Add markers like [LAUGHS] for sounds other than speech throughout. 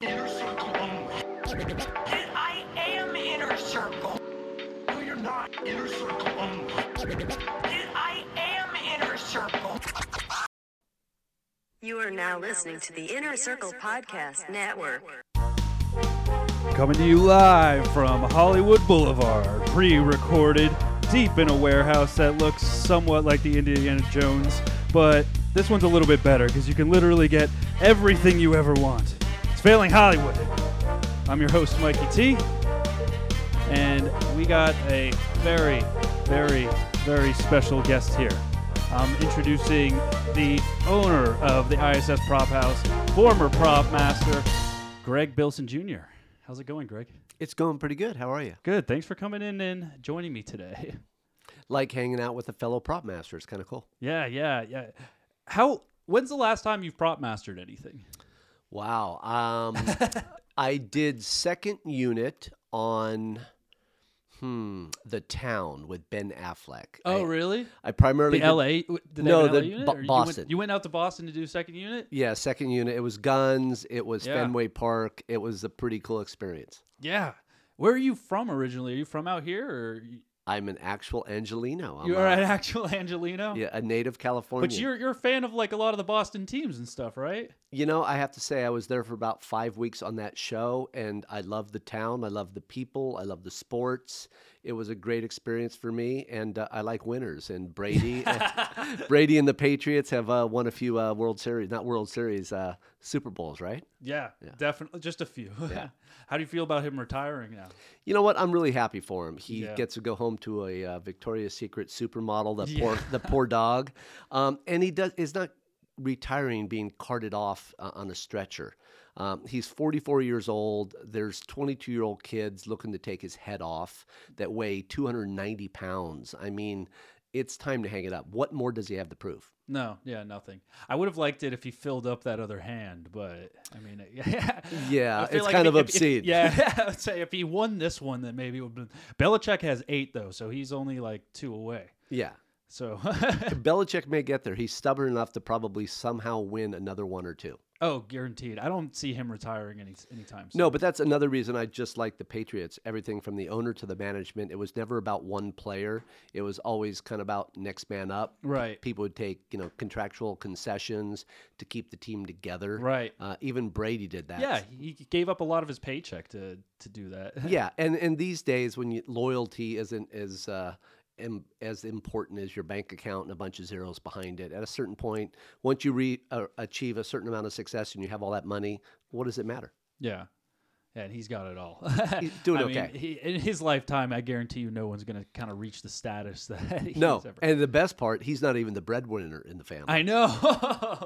inner circle only. And I am inner circle. No, you're not inner circle only. And I am inner circle. You are now listening to the Inner Circle Podcast Network. Coming to you live from Hollywood Boulevard, pre recorded deep in a warehouse that looks somewhat like the Indiana Jones, but this one's a little bit better because you can literally get everything you ever want. It's Failing Hollywood. I'm your host, Mikey T, and we got a very, very, very special guest here. I'm introducing the owner of the ISS Prop House, former prop master, Greg Bilson Jr. How's it going, Greg? It's going pretty good. How are you? Good. Thanks for coming in and joining me today. [LAUGHS] Like hanging out with a fellow prop master. It's kind of cool. Yeah, yeah, yeah. How? When's the last time you've prop mastered anything? Wow. Um, [LAUGHS] I did second unit on hmm, The Town with Ben Affleck. I, Oh, really? I primarily The did- LA? w- Did they No, have an the LA unit, Bo- or you went- You Boston. went, out to Boston to do second unit? Yeah, second unit. It was guns. It was Yeah. Fenway Park. It was a pretty cool experience. Yeah. Where are you from originally? Are you from out here, or y- I'm an actual Angelino. I'm you a, are an actual [LAUGHS] Angelino? yeah, a native Californian. But you're you're a fan of like a lot of the Boston teams and stuff, right? You know, I have to say, I was there for about five weeks on that show, and I love the town. I love the people. I love the sports. It was a great experience for me, and uh, I like winners. And Brady, Brady, and the Patriots have uh, won a few uh, World Series, not World Series, uh, Super Bowls, right? Yeah, definitely. Just a few. [LAUGHS] How do you feel about him retiring now? You know what? I'm really happy for him. He Yeah. gets to go home to a uh, Victoria's Secret supermodel, the Yeah. poor, the poor dog, um, and he does is not retiring, being carted off uh, on a stretcher. Um, he's 44 years old. There's 22 year old kids looking to take his head off that weigh 290 pounds. I mean, it's time to hang it up. What more does he have [LAUGHS] to prove? No, yeah, nothing. I would have liked it if he filled up that other hand, but I mean, [LAUGHS] yeah, Yeah, I feel it's kind if- of if- if- obscene. [LAUGHS] yeah, [LAUGHS] I would say if he won this one, then maybe it would. Have been... Belichick has eight though, so he's only like two away. Yeah. So, [LAUGHS] Belichick may get there. He's stubborn enough to probably somehow win another one or two. oh, guaranteed. I don't see him retiring any anytime soon. No, but that's another reason I just like the Patriots. Everything from the owner to the management, it was never about one player. It was always kind of about next man up. Right. People would take you know contractual concessions to keep the team together. Right. Uh, even Brady did that. Yeah, he gave up a lot of his paycheck to to do that. [LAUGHS] Yeah, and and these days when you, loyalty isn't as uh, im- as important as your bank account and a bunch of zeros behind it. At a certain point, once you re- uh, achieve a certain amount of success and you have all that money, what does it matter? Yeah. And he's got it all. [LAUGHS] He's doing I mean, okay. he, in his lifetime, I guarantee you, no one's going to kind of reach the status [LAUGHS] that he's No, ever. and the best part, he's not even the breadwinner in the family. I know.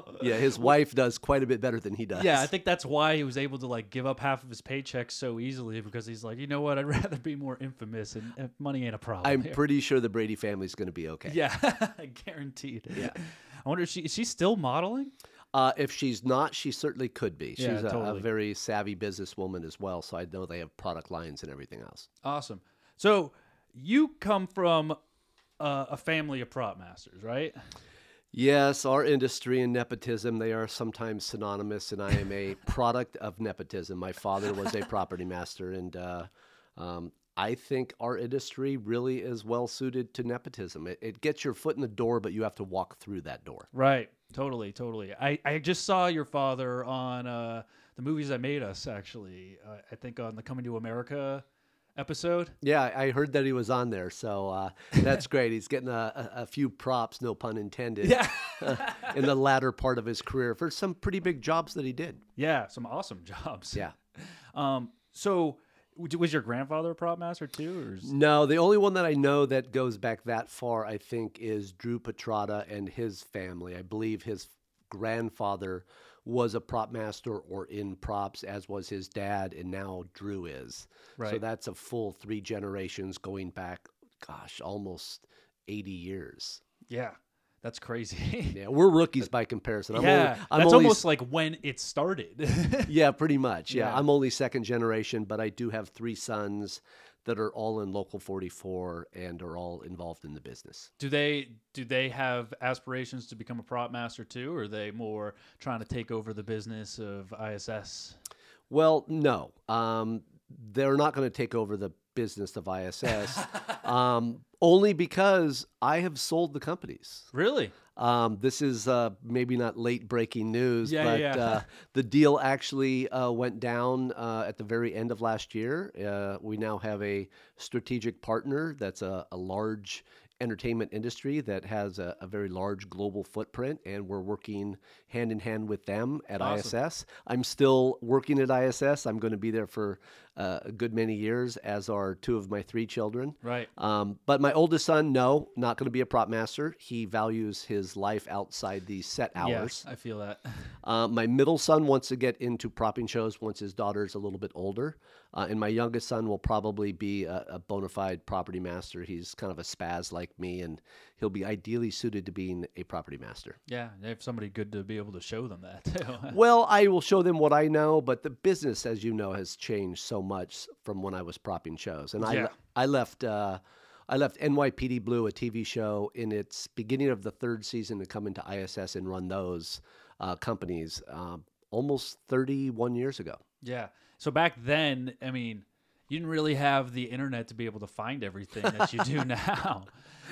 [LAUGHS] Yeah, his wife does quite a bit better than he does. Yeah, I think that's why he was able to like give up half of his paycheck so easily because he's like, you know what? I'd [LAUGHS] rather be more infamous and, and money ain't a problem. [LAUGHS] [LAUGHS] I'm here." pretty sure the Brady family's going to be okay. yeah, [LAUGHS] guaranteed. Yeah. I wonder if she is she still modeling? Uh, if she's not, she certainly could be. She's Yeah, a, totally. a very savvy businesswoman as well, so I know they have product lines and everything else. Awesome. So you come from uh, a family of prop masters, right? Yes, our industry and nepotism, they are sometimes synonymous, and I [LAUGHS] am a product of nepotism. My father was a property master, and uh, um, I think our industry really is well suited to nepotism. It, it gets your foot in the door, but you have to walk through that door. Right. Totally. Totally. I, I just saw your father on uh, the movies that made us. Actually, uh, I think on the Coming to America episode. Yeah, I I heard that he was on there, so uh, that's great. He's getting a, a, a few props, no pun intended, [LAUGHS] in the latter part of his career for some pretty big jobs that he did. Yeah. Some awesome [LAUGHS] jobs. Yeah. Um. So, w- was your grandfather a prop master too? Or is... No, the only one that I know that goes back that far, I think, is Drew Petrata and his family. I believe his grandfather was a prop master or in props, as was his dad, and now Drew is. So Right. that's a full three generations going back, gosh, almost 80 years. Yeah. That's crazy. Yeah, we're rookies by [LAUGHS] comparison. I'm yeah. only, I'm that's only, almost like when it started. [LAUGHS] yeah, pretty much. Yeah, Yeah. I'm only second generation, but I do have three sons that are all in local 44 and are all involved in the business. do they do they have aspirations to become a prop master too, or are they more trying to take over the business of ISS? Well, no. Um, they're not going to take over the business of ISS, [LAUGHS] um, only because I have sold the companies. Really? Um, this is uh, maybe not late breaking news, Yeah, but yeah. Uh, the deal actually uh, went down uh, at the very end of last year. Uh, we now have a strategic partner that's a, a large entertainment industry that has a, a very large global footprint, and we're working hand in hand with them at ISS. I'm still working at ISS. I'm going to be there for uh, a good many years, as are two of my three children. Right. Um, but my oldest son, no, not going to be a prop master. He values his life outside the set hours. Yeah, I feel that. [LAUGHS] Uh, my middle son wants to get into propping shows once his daughter's a little bit older. Uh, and my youngest son will probably be a, a bona fide property master. He's kind of a spaz like me, and he'll be ideally suited to being a property master. Yeah, they have somebody good to be able to show them that too. [LAUGHS] Well, I will show them what I know, but the business, as you know, has changed so much from when I was propping shows. And I, Yeah. le- I left, uh, I left NYPD Blue, a TV show, in its beginning of the third season to come into ISS and run those uh, companies um, almost 31 years ago. yeah. So back then, I mean, you didn't really have the internet to be able to find everything that you do [LAUGHS] now.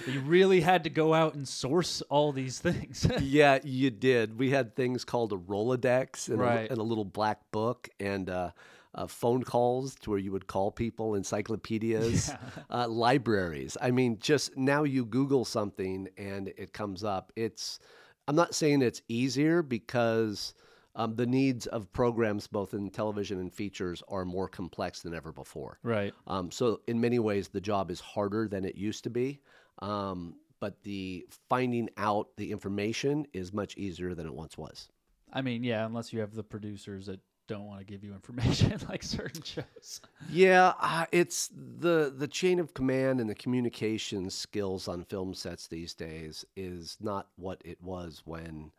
You really had to go out and source all these things. [LAUGHS] yeah, you did. We had things called a Rolodex and, a, li- Right. and a little black book and uh, uh, phone calls to where you would call people, encyclopedias, uh, libraries. I mean, just now you Google something and it comes up. It's, I'm not saying it's easier because um, the needs of programs, both in television and features, are more complex than ever before. right. Um, so in many ways, the job is harder than it used to be. Um, but the finding out the information is much easier than it once was. I mean, yeah, unless you have the producers that don't want to give you information [LAUGHS] like certain shows. Yeah, uh, it's the the chain of command and the communication skills on film sets these days is not what it was when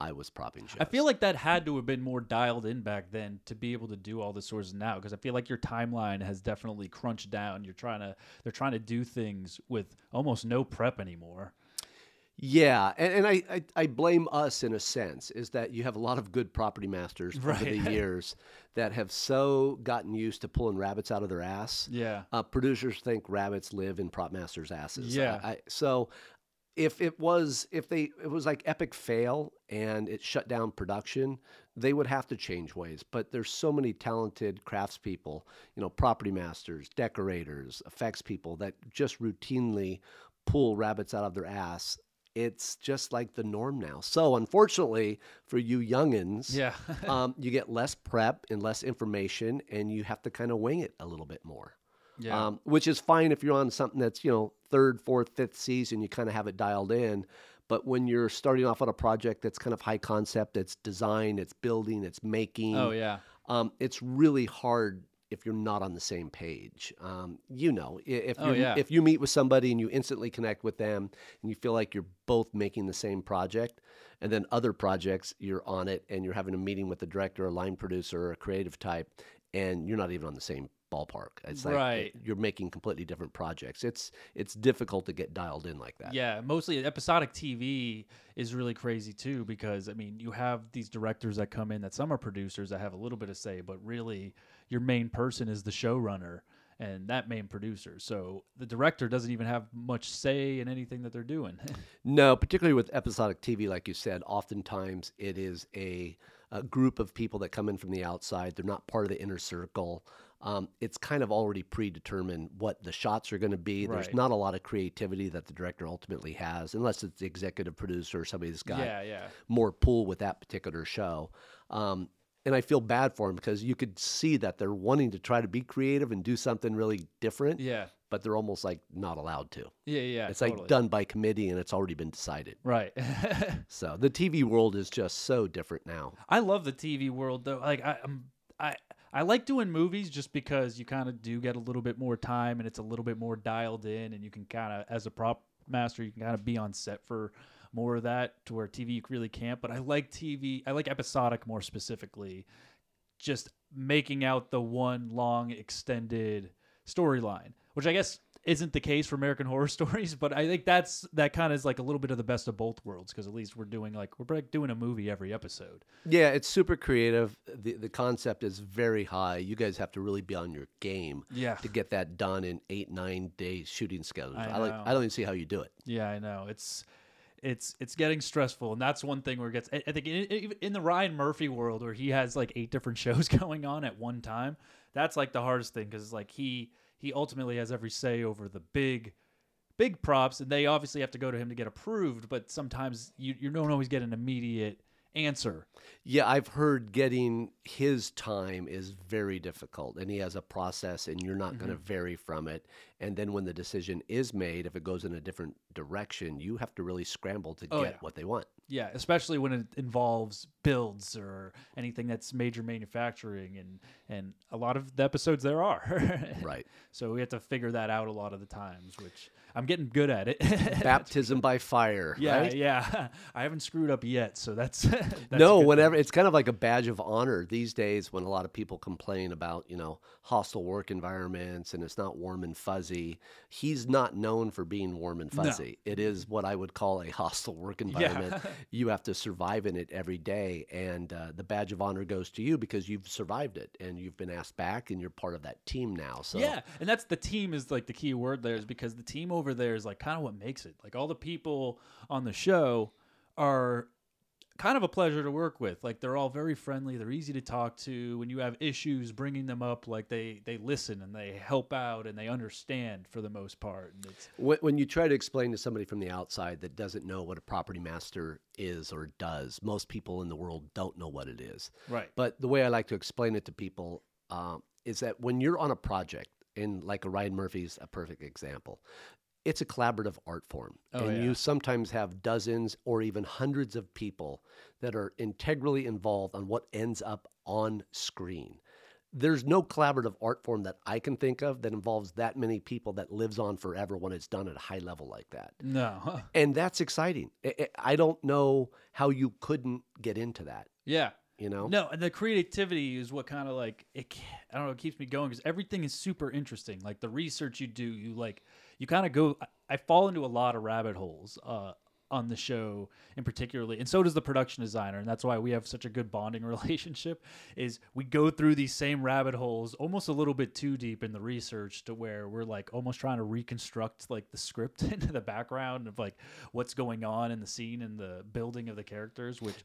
I was propping shows. I feel like that had to have been more dialed in back then to be able to do all the sources now because I feel like your timeline has definitely crunched down. You're trying to they're trying to do things with almost no prep anymore. Yeah, and, and I, I I blame us in a sense is that you have a lot of good property masters over the [LAUGHS] Right. years that have so gotten used to pulling rabbits out of their ass. Yeah. uh, producers think rabbits live in prop masters' asses. I- Yeah. I, so if it was if they it was like epic fail and it shut down production, they would have to change ways. But there's so many talented craftspeople, you know, property masters, decorators, effects people that just routinely pull rabbits out of their ass. It's just like the norm now. So unfortunately for you youngins, Yeah. [LAUGHS] um, you get less prep and less information, and you have to kind of wing it a little bit more. Yeah. Um, which is fine if you're on something that's, you know, third, fourth, fifth season, you kind of have it dialed in. But when you're starting off on a project that's kind of high concept, it's design, it's building, it's making, oh yeah. um, it's really hard if you're not on the same page. Um, you know, i- if, Oh, you yeah. if you meet with somebody and you instantly connect with them and you feel like you're both making the same project, and then other projects, you're on it and you're having a meeting with the director, a line producer, or a creative type, and you're not even on the same ballpark. It's like Right. you're making completely different projects. It's it's difficult to get dialed in like that. Yeah, mostly episodic TV is really crazy too because I mean, you have these directors that come in that some are producers that have a little bit of say, but really your main person is the showrunner and that main producer. So the director doesn't even have much say in anything that they're doing. No, particularly with episodic TV, like you said, oftentimes it is a, a group of people that come in from the outside. They're not part of the inner circle. Um, it's kind of already predetermined what the shots are going to be. There's Right. not a lot of creativity that the director ultimately has, unless it's the executive producer or somebody that's got [LAUGHS] yeah, yeah. more pull with that particular show. Um, and I feel bad for them because you could see that they're wanting to try to be creative and do something really different, Yeah. but they're almost like not allowed to. Yeah, yeah. It's totally. like done by committee and it's already been decided. Right. [LAUGHS] So the TV world is just so different now. I love the TV world though. Like I, I'm, I, I like doing movies just because you kind of do get a little bit more time and it's a little bit more dialed in, and you can kind of, as a prop master, you can kind of be on set for more of that. To where TV you really can't. But I like TV. I like episodic more specifically, just making out the one long extended storyline, which I guess isn't the case for American [LAUGHS] Horror Stories, but I think that's that kind of is like a little bit of the best of both worlds because at least we're doing like we're like doing a movie every episode. Yeah, it's super creative. The the concept is very high. You guys have to really be on your game Yeah. to get that done in eight, nine days shooting schedules. I I, like know. I don't even see how you do it. Yeah, I know. It's it's it's getting stressful, and that's one thing where it gets. I, I think in, in in the Ryan Murphy world, where he has like eight different [LAUGHS] shows going on at one time, that's like the hardest thing because like he he ultimately has every say over the big big props, and they obviously have to go to him to get approved. But sometimes you you don't always get an immediate answer. Yeah, I've heard getting his time is very difficult and he has a process and you're not going to Mm-hmm. vary from it. And then when the decision is made, if it goes in a different direction, you have to really scramble to Oh, get yeah. what they want. Yeah, especially when it involves builds or anything that's major manufacturing, and and a lot of the episodes there are [LAUGHS] Right. So we have to figure that out a lot of the times, which I'm getting good at it. [LAUGHS] Baptism by fire. yeah, right? yeah. [LAUGHS] I haven't screwed up yet, so that's, [LAUGHS] that's a no, good whenever it's kind of like a badge of honor these days when a lot of people complain about, you know, hostile work environments and it's not warm and fuzzy. He's not known for being warm and fuzzy. It is what I would call a hostile [LAUGHS] work environment. you have to survive in it every day. And uh, the badge of honor goes to you because you've survived it and you've been asked back and you're part of that team now. So, Yeah, and that's the team is like the key word there is because the team over there is like kind of what makes it. Like all the people on the show are kind of a pleasure to work with. Like they're all very friendly, they're easy to talk to. When you have issues, bringing them up, like they they listen and they help out and they understand for the most part. And it's When, when you try to explain to somebody from the outside that doesn't know what a property master is or does, most people in the world don't know what it is. right. But the way I like to explain it to people um, is that when you're on a project, and like a Ryan Murphy's a perfect example, it's a collaborative art form. Oh, and yeah. you sometimes have dozens or even hundreds of people that are integrally involved on what ends up on screen. There's no collaborative art form that I can think of that involves that many people that lives on forever when it's done at a high level like that No. [LAUGHS] and that's exciting I- I- i don't know how you couldn't get into that Yeah. you know No, and the creativity is what kind of like it. ca- I don't know. It keeps me going because everything is super interesting. Like the research you do, you like you kind of go. I, I fall into a lot of rabbit holes uh, on the show, in particularly, and so does the production designer, and that's why we have such a good bonding [LAUGHS] relationship. Is we go through these same rabbit holes almost a little bit too deep in the research to where we're like almost trying to reconstruct like the script [LAUGHS] into the background of like what's going on in the scene and the building of the characters, which.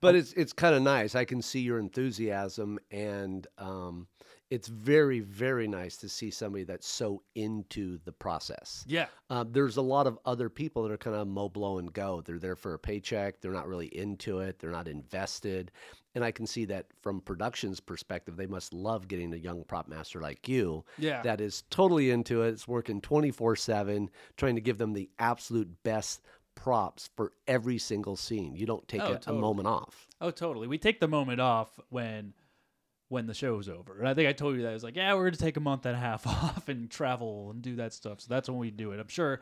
but Oh. it's it's kind of nice. I can see your enthusiasm, and um, it's very very nice to see somebody that's so into the process. Yeah, Uh, there's a lot of other people that are kind of mo blow and go. They're there for a paycheck. They're not really into it. They're not invested, and I can see that from production's perspective, they must love getting a young prop master like you. Yeah. that is totally into it. It's working twenty four seven, trying to give them the absolute best props for every single scene. You don't take Oh, a- totally. a moment off. Oh, totally. We take the moment off when when the show's over. And I think I told you that. I was like, yeah, we're going to take a month and a half [LAUGHS] off and travel and do that stuff. So that's when we do it. I'm sure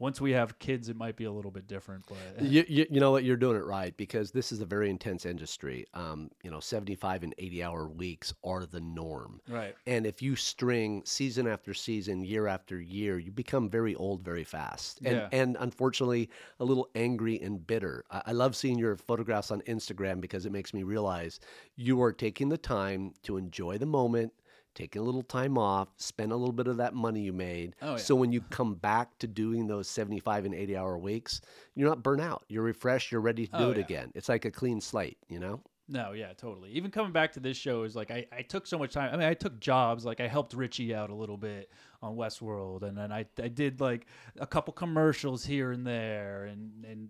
once we have kids, it might be a little bit different. But [LAUGHS] you, you, you know what you're doing it right because this is a very intense industry um, you know 75 and 80 hour weeks are the norm right. and if you string season after season year after year you become very old very fast and, Yeah. and unfortunately a little angry and bitter I, I love seeing your photographs on instagram because it makes me realize you are taking the time to enjoy the moment taking a little time off spend a little bit of that money you made Oh, yeah. so when you come back to doing those 75 and 80 hour weeks you're not burnt out you're refreshed you're ready to do Oh, it yeah. again it's like a clean slate you know No, yeah, totally. Even coming back to this show is like I, I took so much time. I mean, I took jobs. Like I helped Richie out a little bit on Westworld, and then I, I did like a couple commercials here and there, and and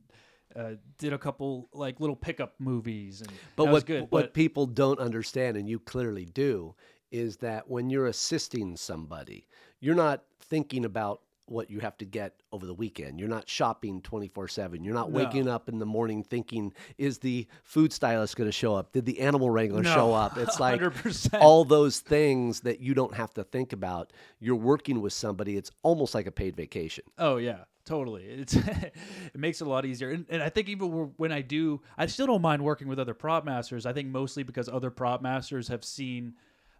uh, did a couple like little pickup movies. And But that what was good. what but- people don't understand, and you clearly do, is that when you're assisting somebody, you're not thinking about what you have to get over the weekend. You're not shopping 24/7. You're not waking up in the morning thinking is the food stylist going to show up? Did the animal wrangler No. show [LAUGHS] up? It's like 100%. all those things that you don't have to think about. You're working with somebody. It's almost like a paid vacation. Oh yeah, totally. It's [LAUGHS] it makes it a lot easier, and, and I think even wh- when I do, I still don't mind working with other prop masters. I think mostly because other prop masters have seen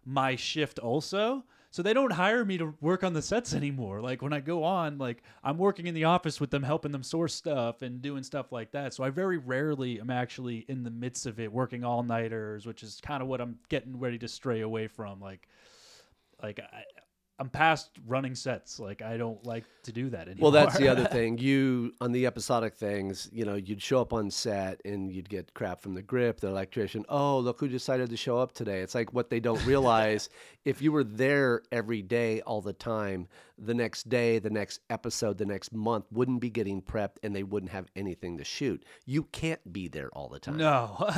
my shift also, So they don't hire me to work on the sets anymore. Like when I go on, like I'm working in the office with them, helping them source stuff and doing stuff like that. So I very rarely am actually in the midst of it, working all nighters, which is kind of what I'm getting ready to stray away from. Like, like I, I'm past running sets. Like I don't like to do that anymore. Well, that's the other thing. You on the episodic things, you know, you'd show up on set and you'd get crap from the grip, the electrician. Oh, look who decided to show up today. It's like what they don't realize. if you were there every day, all the time, the next day, the next episode, the next month wouldn't be getting prepped, and they wouldn't have anything to shoot. You can't be there all the time. No, [LAUGHS]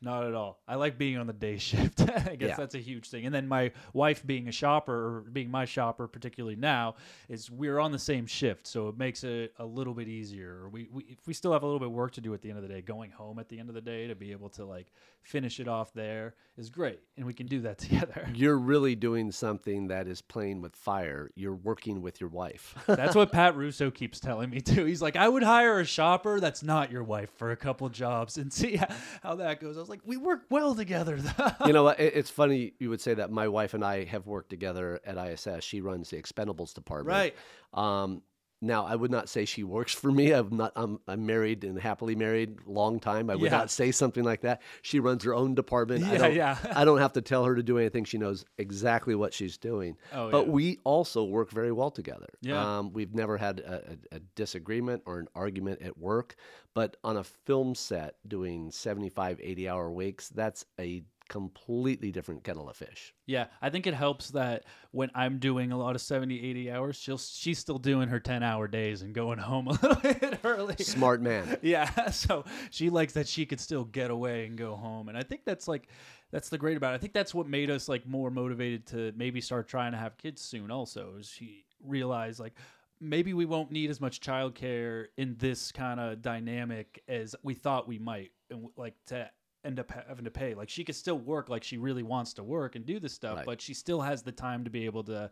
not at all. I like being on the day [LAUGHS] shift. I guess Yeah. that's a huge thing. And then my wife being a shopper, or being my shopper, particularly now, is we're on the same shift, so it makes it a little bit easier. We, we if we still have a little bit of work to do at the end of the day, going home at the end of the day to be able to like finish it off there is great, and we can do that [LAUGHS] together. You're really doing something that is playing with fire. You're working with your wife. [LAUGHS] That's what Pat Russo keeps telling me too. He's like, I would hire a shopper that's not your wife for a couple jobs and see [LAUGHS] how- how that goes. I was like, we work well together. though. you know what? It- It's funny you would say that. My wife and I have worked together at ISS. She runs the expendables department. right. Um, now, I would not say she works for me. I'm not. I'm, I'm married and happily married, long time. I would Yeah. not say something like that. She runs her own department. I Yeah, don't, yeah. I don't have to tell her to do anything. She knows exactly what she's doing. Oh, but yeah. we also work very well together. Yeah. Um, we've never had a, a, a disagreement or an argument at work. But on a film set doing 75, 80 hour weeks, that's a completely different kettle of fish. Yeah, I think it helps that when I'm doing a lot of 70, 80 hours, she'll she's still doing her 10 hour days and going home a little [LAUGHS] bit early. Smart man. [LAUGHS] Yeah, so she likes that she could still get away and go home. And I think that's like that's the great about it. I think that's what made us like more motivated to maybe start trying to have kids soon also. Is she realized like maybe we won't need as much childcare in this kind of dynamic as we thought we might and like to end up having to pay. Like she could still work like she really wants to work and do this stuff, Right. but she still has the time to be able to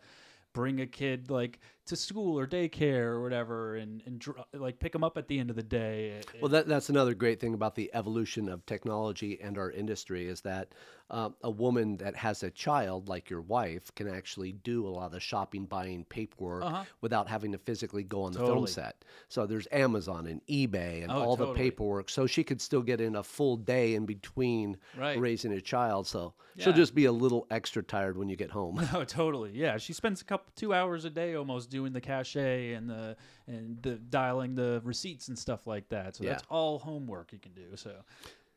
bring a kid like to school or daycare or whatever and and dr- like pick them up at the end of the day Well, that, that's another great thing about the evolution of technology and our industry is that uh, a woman that has a child, like your wife, can actually do a lot of the shopping, buying, paperwork without having to physically go on the film Uh-huh. Totally. set. So there's Amazon and eBay and Oh, all the totally. paperwork. So she could still get in a full day in between Right. raising a child. So she'll Yeah. just be a little extra tired when you [LAUGHS] get home. [LAUGHS] Oh, totally. Yeah, she spends a couple two hours a day almost doing the cachet and the and the dialing the receipts and stuff like that. So Yeah. that's all homework you can do. So,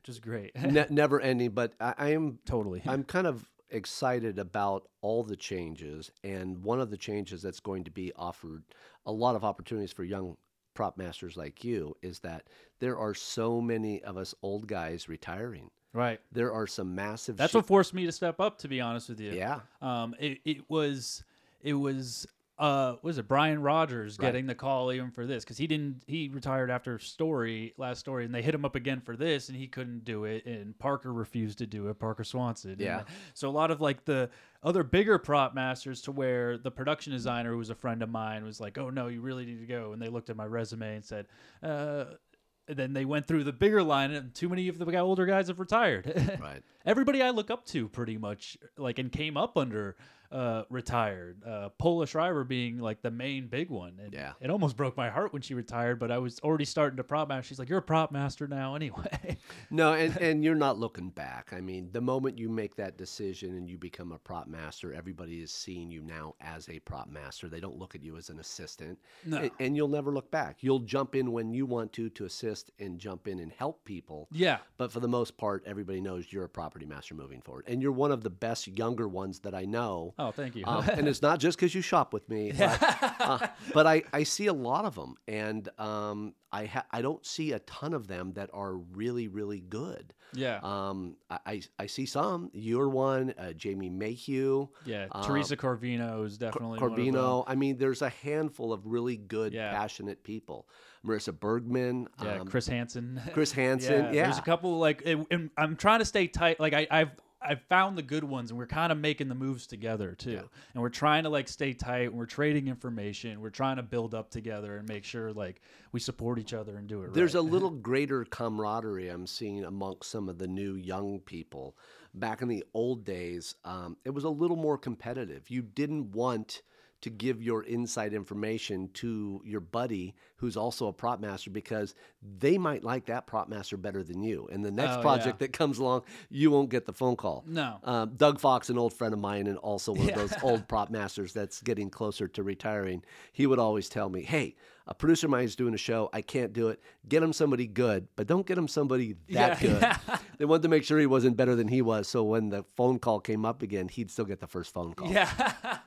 which is great. ne- never ending, but I, I am [LAUGHS] totally. I'm kind of excited about all the changes, and one of the changes that's going to be offered a lot of opportunities for young prop masters like you is that there are so many of us old guys retiring. right. There are some massive. That's shi- what forced me to step up. To be honest with you. Yeah. Um. It, it was it was uh what was it Brian Rogers Right. getting the call even for this because he didn't he retired after story last story and they hit him up again for this and he couldn't do it and Parker refused to do it Parker Swanson and Yeah. So a lot of like the other bigger prop masters to where the production designer who was a friend of mine was like, "Oh no, you really need to go." And they looked at my resume and said, "Uh." and then they went through the bigger line, and too many of the guy- older guys have retired. [LAUGHS] Right. Everybody I look up to pretty much like and came up under uh, retired. Uh, Paula Shriver being like the main big one. And Yeah. It almost broke my heart when she retired, but I was already starting to prop master. She's like, "You're a prop master now, anyway." [LAUGHS] No, and, and you're not looking back. I mean, the moment you make that decision and you become a prop master, everybody is seeing you now as a prop master. They don't look at you as an assistant. No. And, and you'll never look back. You'll jump in when you want to to assist and jump in and help people. yeah. But for the most part, everybody knows you're a property master moving forward. And you're one of the best younger ones that I know. Oh, thank you. Um, and it's not just because you shop with me, but, uh, but I, I see a lot of them, and um, I ha- I don't see a ton of them that are really really good. [LAUGHS] yeah. Um, I, I, I see some. You're one, uh, Jamie Mayhew, Yeah, um, Teresa Corvino is definitely one of them. Corbino. I mean, there's a handful of really good, Yeah. passionate people. Marissa Bergman, Yeah, um, Chris Hansen. Chris Hansen. Yeah, there's a couple like, it, and I'm trying to stay tight. Like I, I've I've found the good ones, and we're kind of making the moves together too. And we're trying to like stay tight. And we're trading information. We're trying to build up together and make sure like we support each other and do it. [LAUGHS] There's right. a little greater camaraderie I'm seeing amongst some of the new young people back in the old days, um, it was a little more competitive. You didn't want to give your inside information to your buddy who's also a prop master because they might like that prop master better than you. And the next Oh, project yeah. that comes along, you won't get the phone call. No. Um, Doug Fox, an old friend of mine, and also one of those [LAUGHS] old prop masters that's getting closer to retiring, he would always tell me, Hey, a producer of mine is doing a show. I can't do it. Get him somebody good, but don't get him somebody that Yeah. good. They wanted to make sure he wasn't better than he was. So when the phone call came up again, he'd still get the first phone call. Yeah. [LAUGHS]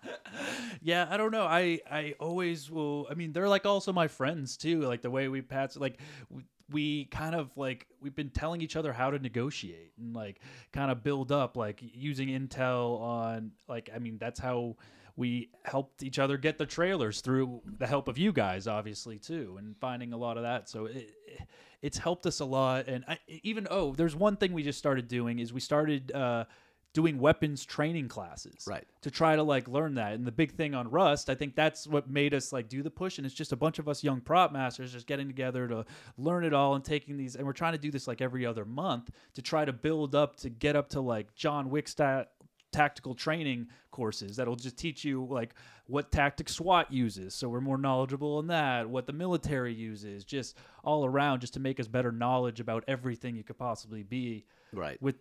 yeah, I don't know. I I always will I mean, they're like also my friends too. Like the way we pass like w- we kind of like we've been telling each other how to negotiate and like kind of build up like using intel on like I mean, that's how we helped each other get the trailers through the help of you guys obviously too and finding a lot of that so it, it's helped us a lot and I, even oh there's one thing we just started doing is we started uh, doing weapons training classes Right. to try to like learn that. And the big thing on Rust, I think that's what made us like do the push. And it's just a bunch of us young prop masters just getting together to learn it all and taking these. And we're trying to do this like every other month to try to build up to get up to like John Wick style tactical training courses that'll just teach you like what tactic SWAT uses so we're more knowledgeable in that what the military uses just all around just to make us better knowledge about everything you could possibly be Right. with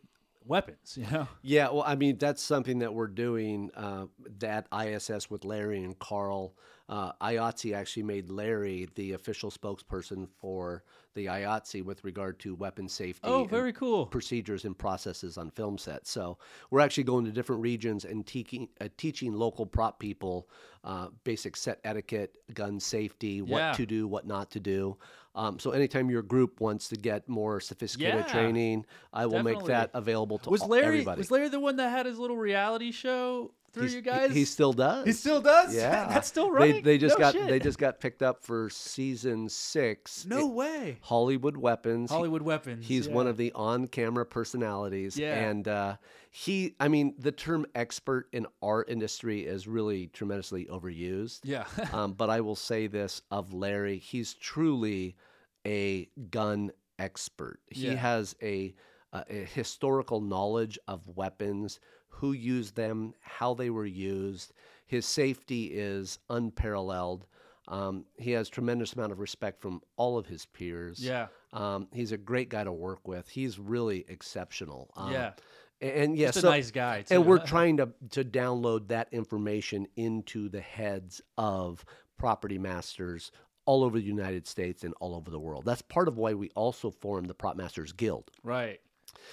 weapons [LAUGHS] you know Yeah, well, I mean, that's something that we're doing uh, at ISS with Larry and Carl. Uh, IOTC actually made Larry the official spokesperson for the IOTC with regard to weapon safety. oh and very cool Procedures and processes on film sets. So we're actually going to different regions and teaching uh, teaching local prop people uh, basic set etiquette, gun safety, what Yeah. to do, what not to do. Um, so anytime your group wants to get more sophisticated Yeah. training, I will make Definitely. that available to was all- Larry everybody. was Larry the one that had his little reality show through He's- you he- guys? He still does. he still does. Yeah, [LAUGHS] that's still They- running. They, just No got shit. they just got picked up for season six. no It- way. Hollywood Weapons. He- Hollywood weapons. He's one yeah. of the on-camera personalities, Yeah. and uh, he. I mean, the term expert in our industry is really tremendously overused. yeah. [LAUGHS] [LAUGHS] um, but I will say this of Larry: he's truly a gun expert. He Yeah. has a, a, a historical knowledge of weapons, who used them, how they were used. His safety is unparalleled. Um, he has tremendous amount of respect from all of his peers. yeah. Um, he's a great guy to work with. He's really exceptional. Um, Yeah. a- And, yes, Just a nice guy. Too. and we're trying to to download that information into the heads of property masters all over the United States and all over the world. That's part of why we also formed the Prop Masters Guild. [LAUGHS] right.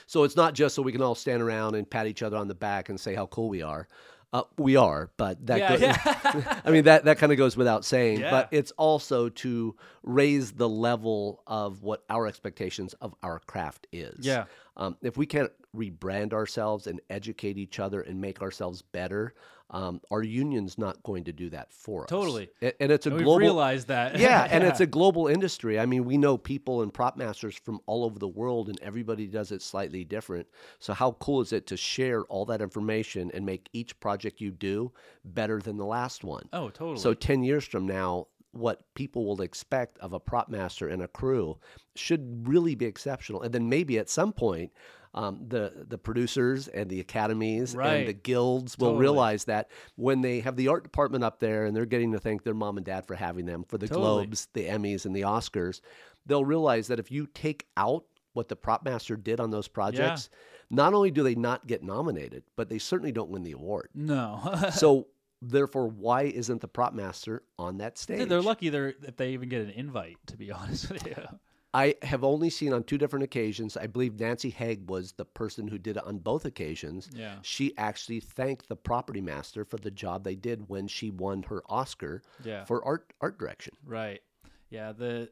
So it's not just so we can all stand around and pat each other on the back and say how cool we are. Uh, we are, but that Yeah, goes, yeah. [LAUGHS] I mean that that kind of goes without saying. But Yeah. it's also to raise the level of what our expectations of our craft is. Yeah. Um, if we can't rebrand ourselves and educate each other and make ourselves better, um, our union's not going to do that for us. Totally. A- And it's a And we global. realized that. yeah, and it's a global industry. I mean, we know people and prop masters from all over the world, and everybody does it slightly different. So, how cool is it to share all that information and make each project you do better than the last one? [LAUGHS] Oh, totally. So, 10 years from now, what people will expect of a prop master and a crew should really be exceptional. And then maybe at some point, um, the the producers and the academies and the Right. guilds will Totally. realize that when they have the art department up there and they're getting to thank their mom and dad for having them for the Totally. Globes, the Emmys, and the Oscars, they'll realize that if you take out what the prop master did on those projects, not only do they not get nominated, but they certainly don't win the award no. [LAUGHS] so therefore why isn't the prop master on that stage They're lucky they're if they even get an invite. To be honest with you. i have only seen on two different occasions i believe nancy haig was the person who did it on both occasions Yeah. she actually thanked the property master for the job they did when she won her oscar Yeah. for art art direction Right. Yeah. The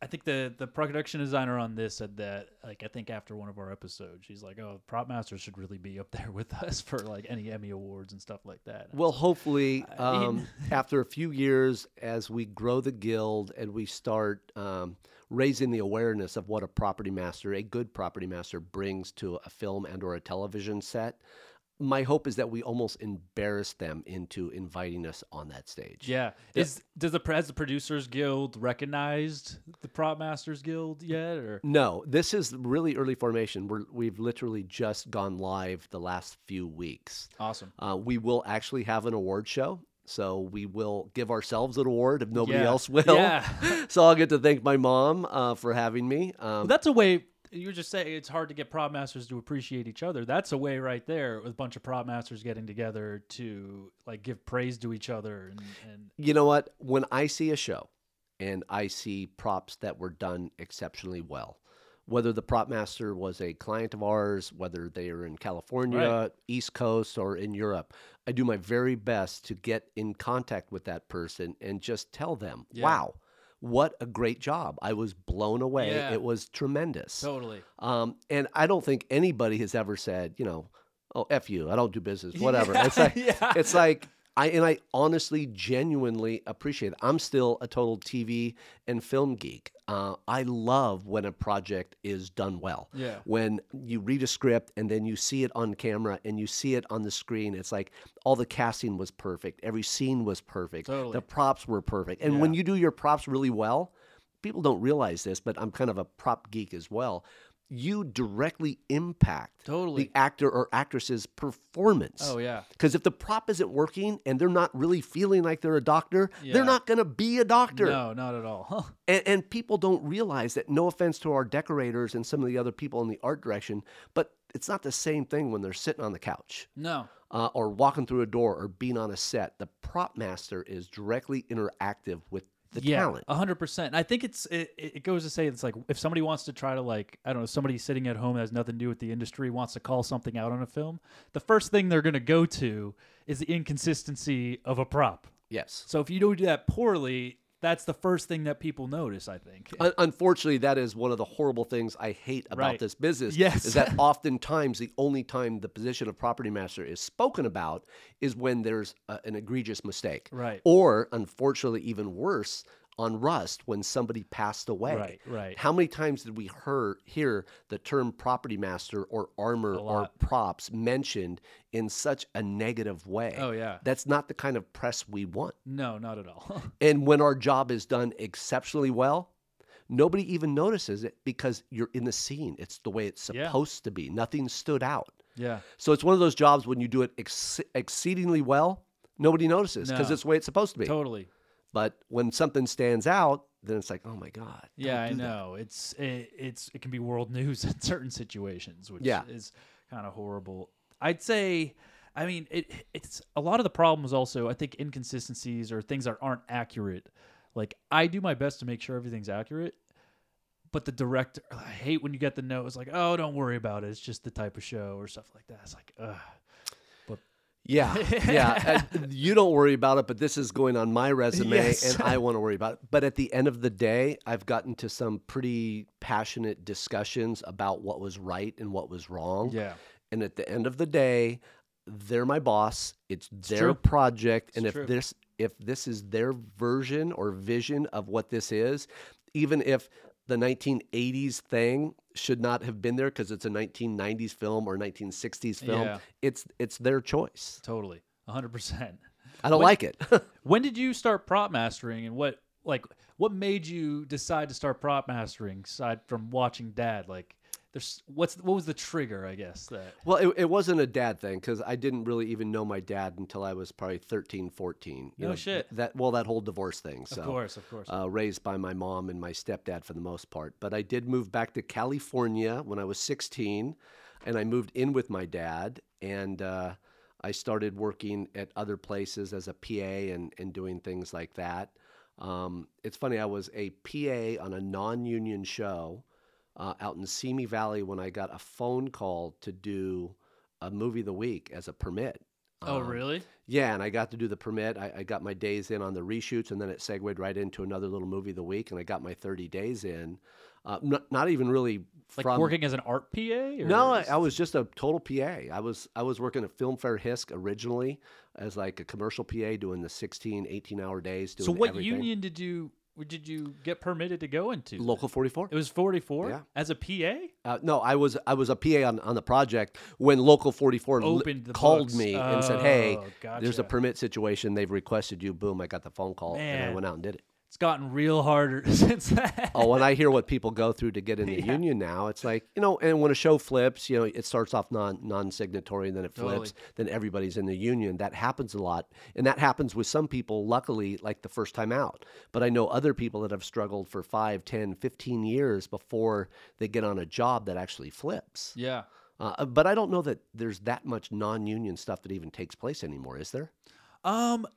I think the the production designer on this said that like I think after one of our episodes, she's like, "Oh, prop masters should really be up there [LAUGHS] with us for like any Emmy awards and stuff like that." And I Well, was hopefully, I mean- [LAUGHS] um, after a few years, as we grow the guild and we start um, raising the awareness of what a property master, a good property master, brings to a film and/or a television set, my hope is that we almost embarrass them into inviting us on that stage. Yeah. Is does the has the producers guild recognized the prop masters guild yet or No, this is really early formation. We're, we've literally just gone live the last few weeks. awesome? Uh, we will actually have an award show. So we will give ourselves an award if nobody Yeah. else will. [LAUGHS] Yeah. [LAUGHS] so I'll get to thank my mom uh, for having me. Um, Well, that's a way you were just saying it's hard to get prop masters to appreciate each other. That's a way right there with a bunch of prop masters getting together to like give praise to each other and, and you know what? When I see a show and I see props that were done exceptionally well, whether the prop master was a client of ours, whether they are in California, Right. East Coast, or in Europe, I do my very best to get in contact with that person and just tell them, Yeah. wow, what a great job. I was blown away. Yeah. It was tremendous. totally. Um, and I don't think anybody has ever said, you know, oh f you, I don't do business, whatever. [LAUGHS] Yeah, it's like yeah. it's like I and I honestly, genuinely appreciate it. I'm still a total TV and film geek. Uh, I love when a project is done well. Yeah. When you read a script and then you see it on camera and you see it on the screen, it's like all the casting was perfect, every scene was perfect, Totally. the props were perfect. And when you do your props really well, people don't realize this, but I'm kind of a prop geek as well. You directly impact Totally. the actor or actress's performance. Oh yeah. Because if the prop isn't working and they're not really feeling like they're a doctor, Yeah. they're not going to be a doctor. No, not at all. And, and people don't realize that, no offense to our decorators and some of the other people in the art direction, but it's not the same thing when they're sitting on the couch no. uh, or walking through a door or being on a set. The prop master is directly interactive with the talent. A hundred percent. And I think it's it, it it goes to say it's like if somebody wants to try to like I don't know somebody sitting at home that has nothing to do with the industry wants to call something out on a film, the first thing they're going to go to is the inconsistency of a prop. Yes. So if you don't do that poorly, that's the first thing that people notice. I think. Un- unfortunately, that is one of the horrible things I hate about Right. this business. Yes. [LAUGHS] is that oftentimes the only time the position of property master is spoken about is when there's a, an egregious mistake, Right. Or unfortunately, even worse, on Rust when somebody passed away, Right, right. How many times did we hear hear the term property master or armor or lot. props mentioned in such a negative way? Oh, yeah. that's not the kind of press we want. no, not at all. [LAUGHS] And when our job is done exceptionally well, nobody even notices it because you're in the scene. It's the way it's Yeah. supposed to be. Nothing stood out. yeah. So it's one of those jobs when you do it ex- exceedingly well, nobody notices because No. it's the way it's supposed to be. Totally. But when something stands out, then it's like, oh my God. don't Yeah, I do that." know. It's it, it's it can be world [LAUGHS] news in certain situations, which Yeah. is kind of horrible. I'd say I mean, it it's a lot of the problems also, I think inconsistencies or things that aren't accurate. Like I do my best to make sure everything's accurate, but the director I hate when you get the note it's like, "Oh, don't worry about it. It's just the type of show or stuff like that." It's like, "Ugh." Yeah, [LAUGHS] yeah. Uh, you don't worry about it, but this is going on my resume, Yes. and I want to worry about it. But at the end of the day, I've gotten to some pretty passionate discussions about what was right and what was wrong. Yeah. And at the end of the day, they're my boss. It's their true. project, and if true. this if this is their version or vision of what this is, even if the 1980s thing should not have been there because it's a 1990s film or 1960s film. Yeah. It's it's their choice. Totally. 100%. I don't like it. [LAUGHS] When did you start prop mastering and what like what made you decide to start prop mastering aside from watching dad like there's what's what was the trigger I guess that well, it, it wasn't a dad thing because I didn't really even know my dad until I was probably 13, 14. You No know, shit. That well, that whole divorce thing. So. of course of course Uh, raised by my mom and my stepdad for the most part. But I did move back to California when I was 16, and I moved in with my dad, and uh, I started working at other places as a PA and, and doing things like that. Um, it's funny, I was a PA on a non union show uh, out in Simi Valley when I got a phone call to do a movie of the week as a permit. oh Um, really yeah, and I got to do the permit. I, I got my days in on the reshoots, and then it segued right into another little movie of the week, and I got my 30 days in. Uh, not, not even really like from working as an art PA or No, I, is- I was just a total PA. I was I was working at Filmfare Hisk originally as like a commercial PA, doing the 16, 18 hour days. Doing so what everything. union did you where did you get permitted to go into? Local 44. It was 44 Yeah. as a PA? Uh, no, I was I was a PA on, on the project when Local 44 li- Opened the called books. me and said, "Hey, Oh, there's gotcha. a permit situation. They've requested you." Boom! I got the phone call and I Man. went out and did it. It's gotten real harder [LAUGHS] since that. Oh, when I hear what people go through to get in the union now, it's like you know. And when a show flips, you know, it starts off non non-signatory, and then it flips, then everybody's in the union. That happens a lot, and that happens with some people. Luckily, like the first time out, but I know other people that have struggled for five, ten, fifteen years before they get on a job that actually flips. Yeah. Uh, but I don't know that there's that much non-union stuff that even takes place anymore, is there? Um,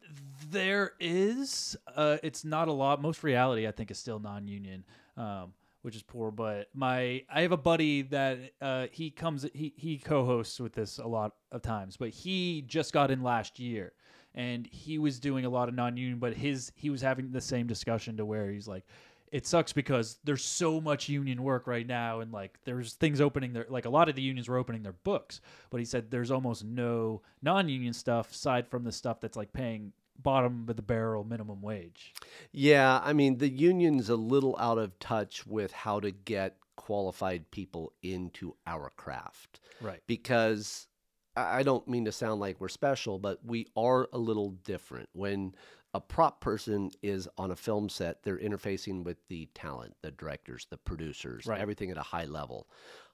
there is. Uh, it's not a lot. Most reality, I think, is still non-union, um, which is poor. But my, I have a buddy that uh, he comes, he he co-hosts with this a lot of times. But he just got in last year, and he was doing a lot of non-union. But his he was having the same discussion to where he's like. It sucks because there's so much union work right now, and like there's things opening their like a lot of the unions were opening their books, but he said there's almost no non-union stuff aside from the stuff that's like paying bottom of the barrel minimum wage. Yeah, I mean, the union's a little out of touch with how to get qualified people into our craft Right. because I I don't mean to sound like we're special, but we are a little different. When a prop person is on a film set, they're interfacing with the talent, the directors, the producers, Right. everything at a high level.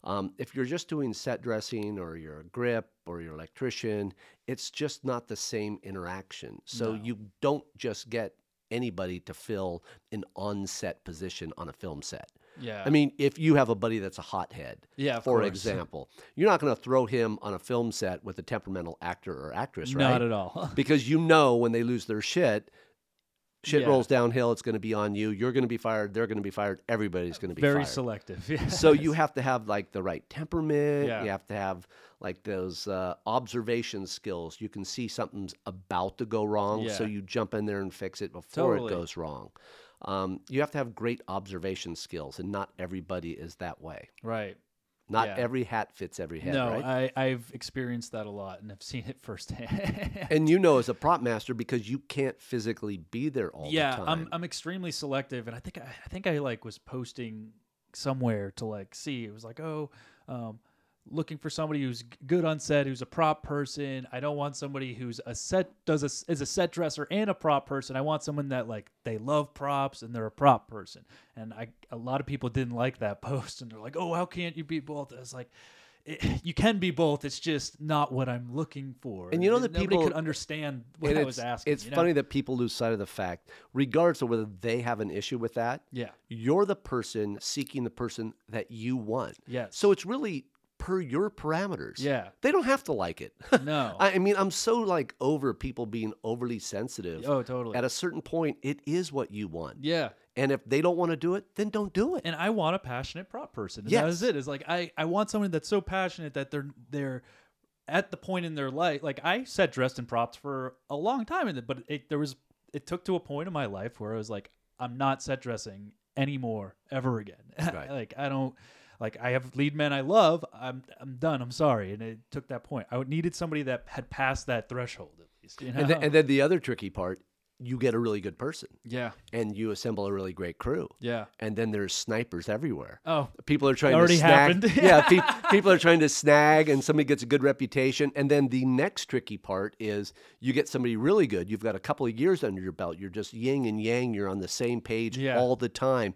Um, if you're just doing set dressing or you're a grip or you're an electrician, it's just not the same interaction. So No. you don't just get anybody to fill an on set position on a film set. Yeah. I mean, if you have a buddy that's a hothead, Yeah, of for course. example, you're not going to throw him on a film set with a temperamental actor or actress, right? not at all. Because you know when they lose their shit, shit Yeah. rolls downhill. It's going to be on you. You're going to be fired. They're going to be fired. Everybody's going to be Very fired. selective. [LAUGHS] So yes. you have to have like the right temperament. Yeah. You have to have like those uh, observation skills. You can see something's about to go wrong, so Yeah. you jump in there and fix it before Totally. it goes wrong. Um, you have to have great observation skills, and not everybody is that way. right. Not Yeah. every hat fits every head, no, uh, right? I I've experienced that a lot and I've seen it firsthand. [LAUGHS] and you know, as a prop master, because you can't physically be there all yeah, the time. I'm I'm extremely selective, and I think I, I think I like was posting somewhere to like see it was like oh, um, looking for somebody who's g- good on set, who's a prop person. I don't want somebody who's a set does a s- is a set dresser and a prop person. I want someone that like they love props and they're a prop person. And I a lot of people didn't like that [LAUGHS] post, and they're like oh how can't you be both? I was like. It, you can be both. It's just not what I'm looking for. And you know that that nobody people- could understand what And I it's, was asking. it's you know? funny that people lose sight of the fact, regardless of whether they have an issue with that, Yeah. you're the person seeking the person that you want. Yes. So it's really per your parameters. Yeah. They don't have to like it. [LAUGHS] No. I I mean, I'm so like over people being overly sensitive. Oh, totally. At a certain point, it is what you want. Yeah. And if they don't want to do it, then don't do it. And I want a passionate prop person. And that is Yes. it. It's like I, I want someone that's so passionate that they're they're at the point in their life. Like I sat dressed in props for a long time and but it there was it took to a point in my life where I was like, I'm not set dressing anymore ever again. [LAUGHS] Right. like I don't like I have lead men I love. I'm I'm done. I'm sorry. And it took that point. I needed somebody that had passed that threshold at least. You know? And, then, and then the other tricky part, you get a really good person yeah. and you assemble a really great crew. Yeah. And then there's snipers everywhere. Oh. People are trying Already to snag. happened. [LAUGHS] yeah, pe- [LAUGHS] people are trying to snag, and somebody gets a good reputation. And then the next tricky part is you get somebody really good. You've got a couple of years under your belt. You're just yin and yang. You're on the same page Yeah. all the time.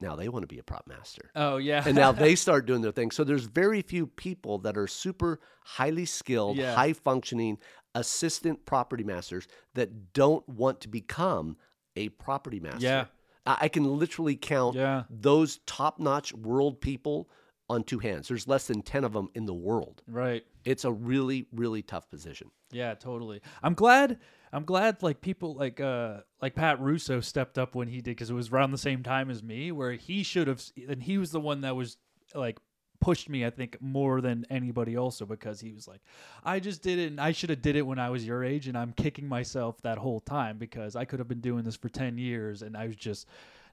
Now they want to be a prop master. Oh yeah. And now they start doing their thing. So there's very few people that are super highly skilled, Yeah. high functioning assistant property masters that don't want to become a property master. Yeah. I I can literally count Yeah. those top notch world people on two hands. There's less than 10 of them in the world. [LAUGHS] right. It's a really, really tough position. Yeah, totally. I'm glad. I'm glad like people like uh like Pat Russo stepped up when he did because it was around the same time as me where he should have s- and he was the one that was like pushed me I think more than anybody also because he was like I just did it and I should have did it when I was your age and I'm kicking myself that whole time because I could have been doing this for 10 years and I was just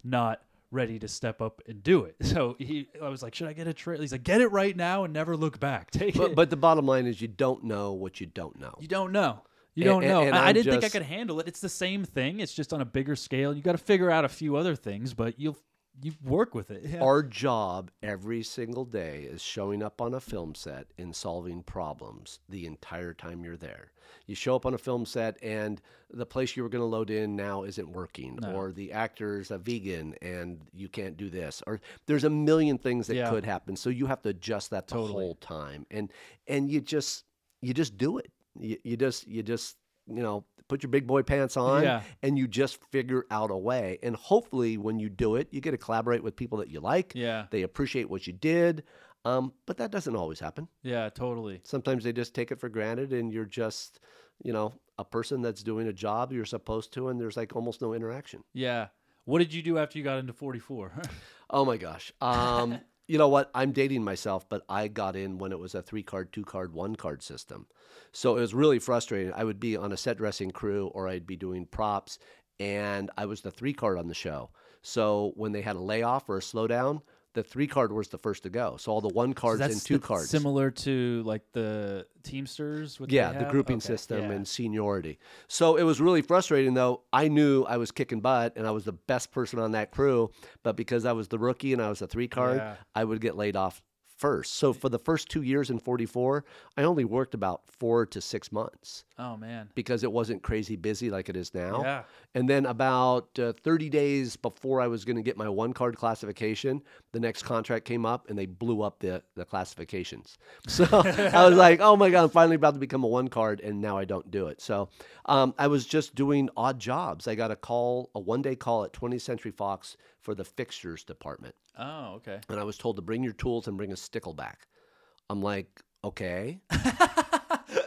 not ready to step up and do it. [LAUGHS] So he I was like should I get a trade? He's like get it right now and never look back. Take But, it. but the bottom line is you don't know what you don't know. you don't know. You A- don't a- know. and I, I I'm didn't think I just- could handle it. It's the same thing. It's just on a bigger scale. You got to figure out a few other things, but you'll you work with it. Yeah. Our job every single day is showing up on a film set and solving problems the entire time you're there. You show up on a film set and the place you were going to load in now isn't working, or the actor's a vegan and you can't do this, or there's a million things that Yeah. could happen. So you have to adjust that the Totally. whole time, and and you just you just do it. You, you just you just you know put your big boy pants on Yeah. and you just figure out a way. And hopefully, when you do it, you get to collaborate with people that you like. [LAUGHS] Yeah. They appreciate what you did. Um, but that doesn't always happen. Yeah, totally. Sometimes they just take it for granted, and you're just, you know, a person that's doing a job you're supposed to, and there's like almost no interaction. Yeah. What did you do after you got into [LAUGHS] 44? Oh my gosh. [LAUGHS] Um, you know what? I'm dating myself, but I got in when it was a three card, two card, one card system. So it was really frustrating. I would be on a set dressing crew or I'd be doing props, and I was the three card on the show. So when they had a layoff or a slowdown, the three card was the first to go. So all the one cards that's and two the- cards. Similar to like the Teamsters. What they Yeah, the have? grouping Okay, system yeah. and seniority. So it was really frustrating, though. I knew I was kicking butt and I was the best person on that crew, but because I was the rookie and I was a three card, Yeah. I would get laid off first. So for the first two years in 44, I only worked about four to six months Oh man. because it wasn't crazy busy like it is now. Yeah. And then about uh, 30 days before I was going to get my one card classification, the next contract came up and they blew up the, the classifications. [LAUGHS] So I was like, oh my God, I'm finally about to become a one card and now I don't do it. So um, I was just doing odd jobs. I got a call, a one day call at 20th Century Fox for the fixtures department Oh, okay. and I was told to bring your tools and bring a stickle back. I'm like, [LAUGHS] okay.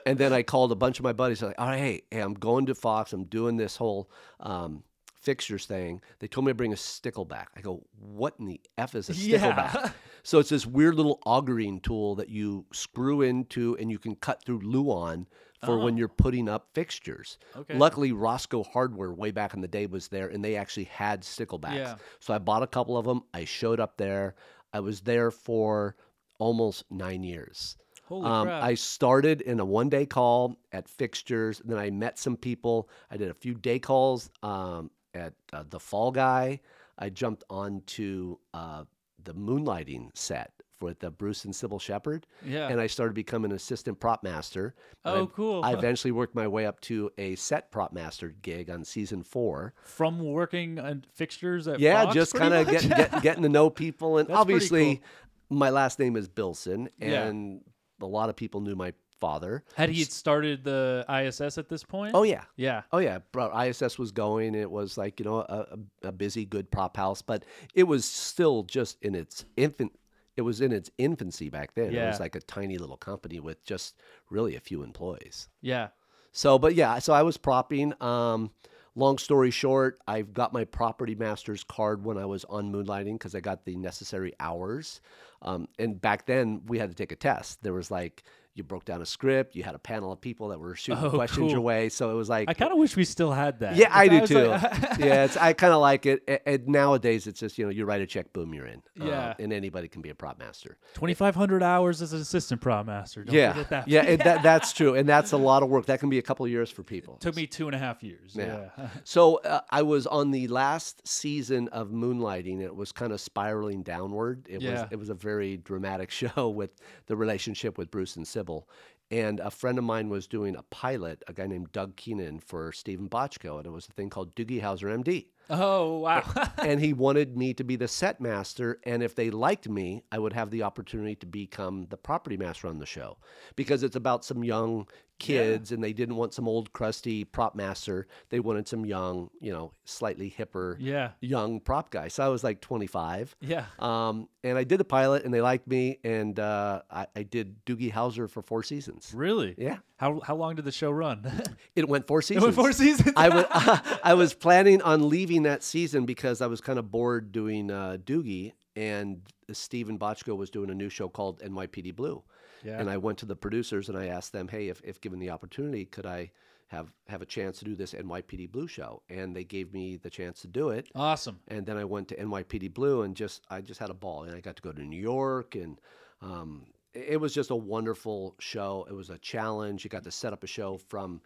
and then I called a bunch of my buddies. Like, all right, hey, hey, I'm going to Fox. I'm doing this whole um, fixtures thing. They told me to bring a stickle back. I go, what in the f is a stickle Yeah. back? So it's this weird little augering tool that you screw into, and you can cut through Luan for when you're putting up fixtures. Oh. Okay. Luckily, Roscoe Hardware way back in the day was there, and they actually had sticklebacks. Yeah. So I bought a couple of them. I showed up there. I was there for almost nine years. Holy Um, crap. I started in a one day call at fixtures. Then I met some people. I did a few day calls um, at uh, the Fall Guy. I jumped onto uh, the moonlighting set for the Bruce and Sybil Shepherd. Yeah. And I started becoming an assistant prop master. And I- Oh, cool. [LAUGHS] I eventually worked my way up to a set prop master gig on season four. From working on fixtures at Yeah, Fox, just pretty kind of much? get, [LAUGHS] get, getting to know people. And That's pretty obviously, my last name is Bilson, Yeah. and a lot of people knew my father. Had he started the ISS at this point? Oh, yeah. Yeah. Oh, yeah. Bro, ISS was going. It was like, you know, a, a a busy, good prop house, but it was still just in its infant. It was in its infancy back then. It Yeah. was like a tiny little company with just really a few employees. Yeah. So, but yeah, so I was propping. Um, long story short, I got my property master's card when I was on moonlighting because I got the necessary hours. Um, and back then, we had to take a test. There was like you broke down a script, you had a panel of people that were shooting Oh, [LAUGHS] questions your cool. way. So it was like I kind of wish we still had that. yeah, I If do was [LAUGHS] too. like- yeah, it's, I kind of like it. A- And nowadays, it's just you know you write a check, boom, you're in. Uh, Yeah. and anybody can be a prop master. 2,500 hours as an assistant prom master. Don't yeah, forget that. yeah, and that, that's true, and that's a lot of work. That can be a couple of years for people. [LAUGHS] Took me two and a half years. Yeah. [LAUGHS] So uh, I was on the last season of Moonlighting. It was kind of spiraling downward. It Yeah. was it was a very dramatic [LAUGHS] show with the relationship with Bruce and Sybil. And a friend of mine was doing a pilot, a guy named Doug Keenan for Stephen Bochco, and it was a thing called Doogie Howser MD. Oh, wow. [LAUGHS] and he wanted me to be the set master, and if they liked me, I would have the opportunity to become the property master on the show because it's about some young kids, and they didn't want some old crusty prop master. They wanted some young, you know, slightly hipper, Yeah. young prop guy. So I was like 25. Yeah. Um, and I did the pilot, and they liked me, and uh, I, I did Doogie Howser for four seasons. Really? Yeah. How how long did the show run? [LAUGHS] It went four seasons. it went four seasons. I was [LAUGHS] I was planning on leaving that season because I was kind of bored doing uh, Doogie, and Steven Bochco was doing a new show called NYPD Blue, Yeah. and I went to the producers and I asked them, hey, if, if given the opportunity, could I have have a chance to do this NYPD Blue show? And they gave me the chance to do it. [LAUGHS] awesome. And then I went to NYPD Blue and just I just had a ball, and I got to go to New York, and um, it it was just a wonderful show. It was a challenge. You got to set up a show from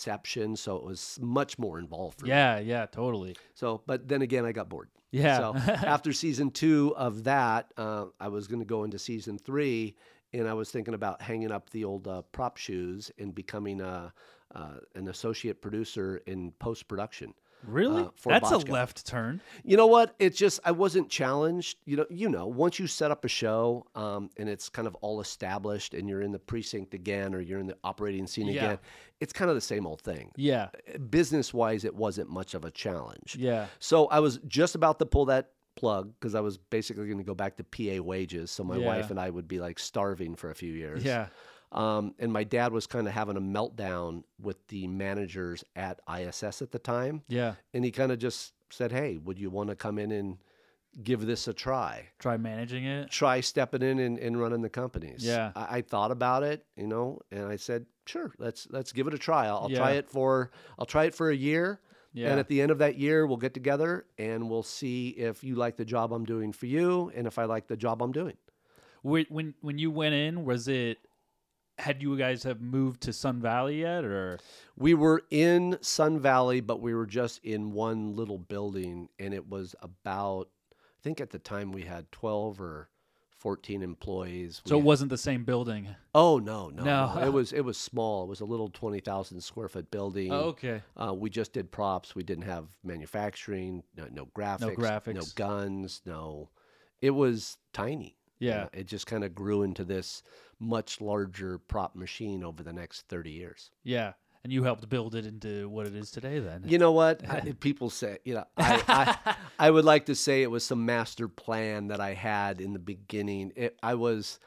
Inception, so it was much more involved. For me. Yeah, yeah, totally. So, but then again, I got bored. Yeah. [LAUGHS] So after season two of that, uh, I was going to go into season three, and I was thinking about hanging up the old uh, prop shoes and becoming a, uh, an associate producer in post production. Really? uh, for That's Bochco. a left turn. You know what? It's just I wasn't challenged. You know, you know, once you set up a show um, and it's kind of all established, and you're in the precinct again, or you're in the operating scene Yeah. again, it's kind of the same old thing. Yeah. Business wise, it wasn't much of a challenge. Yeah. So I was just about to pull that plug because I was basically going to go back to PA wages, so my Yeah. wife and I would be like starving for a few years. Yeah. Um, and my dad was kind of having a meltdown with the managers at ISS at the time Yeah. and he kind of just said, "Hey, would you want to come in and give this a try? Try managing it. Try stepping in and, and running the companies." Yeah. I, I thought about it, you know, and I said, "Sure, let's let's give it a try. I'll, I'll try Yeah. it for I'll try it for a year, Yeah. and at the end of that year, we'll get together and we'll see if you like the job I'm doing for you, and if I like the job I'm doing." Wh- when when you went in, was it had you guys have moved to Sun Valley yet or We were in Sun Valley, but we were just in one little building, and it was about, I think at the time we had 12 or 14 employees. We so it had- wasn't the same building? Oh no, no, no. No. [LAUGHS] It was it was small. It was a little twenty thousand square foot building. Oh, okay. Uh, we just did props. We didn't have manufacturing. No, no graphics. No graphics. guns. No. It was tiny. you Yeah. know. It just kind of grew into this much larger prop machine over the next thirty years. Yeah. And you helped build it into what it is today then. You know what? I, people say, you know, I, I, I would like to say it was some master plan that I had in the beginning. It, I was,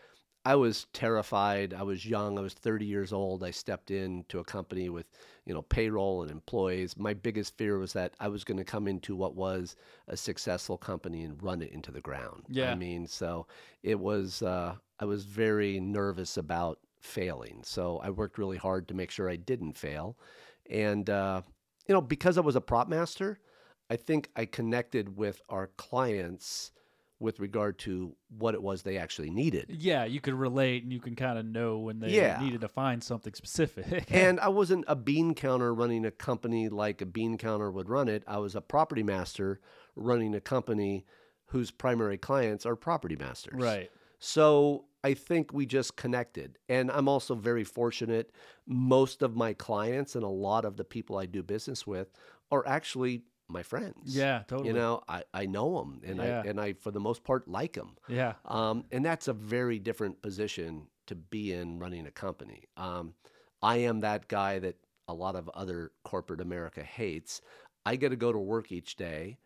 I was terrified. I was young. I was 30 years old. I stepped into a company with, you know, payroll and employees. My biggest fear was that I was going to come into what was a successful company and run it into the ground. Yeah. I mean, so it was, uh, I was very nervous about failing. So I worked really hard to make sure I didn't fail. And, uh, you know, because I was a prop master, I think I connected with our clients with regard to what it was they actually needed. Yeah, you could relate and you can kind of know when they Yeah. needed to find something specific. [LAUGHS] And I wasn't a bean counter running a company like a bean counter would run it. I was a property master running a company whose primary clients are property masters. right. So I think we just connected. And I'm also very fortunate. Most of my clients and a lot of the people I do business with are actually my friends. Yeah, totally. You know, I, I know them and Yeah. I and I for the most part like them. Yeah. Um, and that's a very different position to be in running a company. Um, I am that guy that a lot of other corporate America hates. I get to go to work each day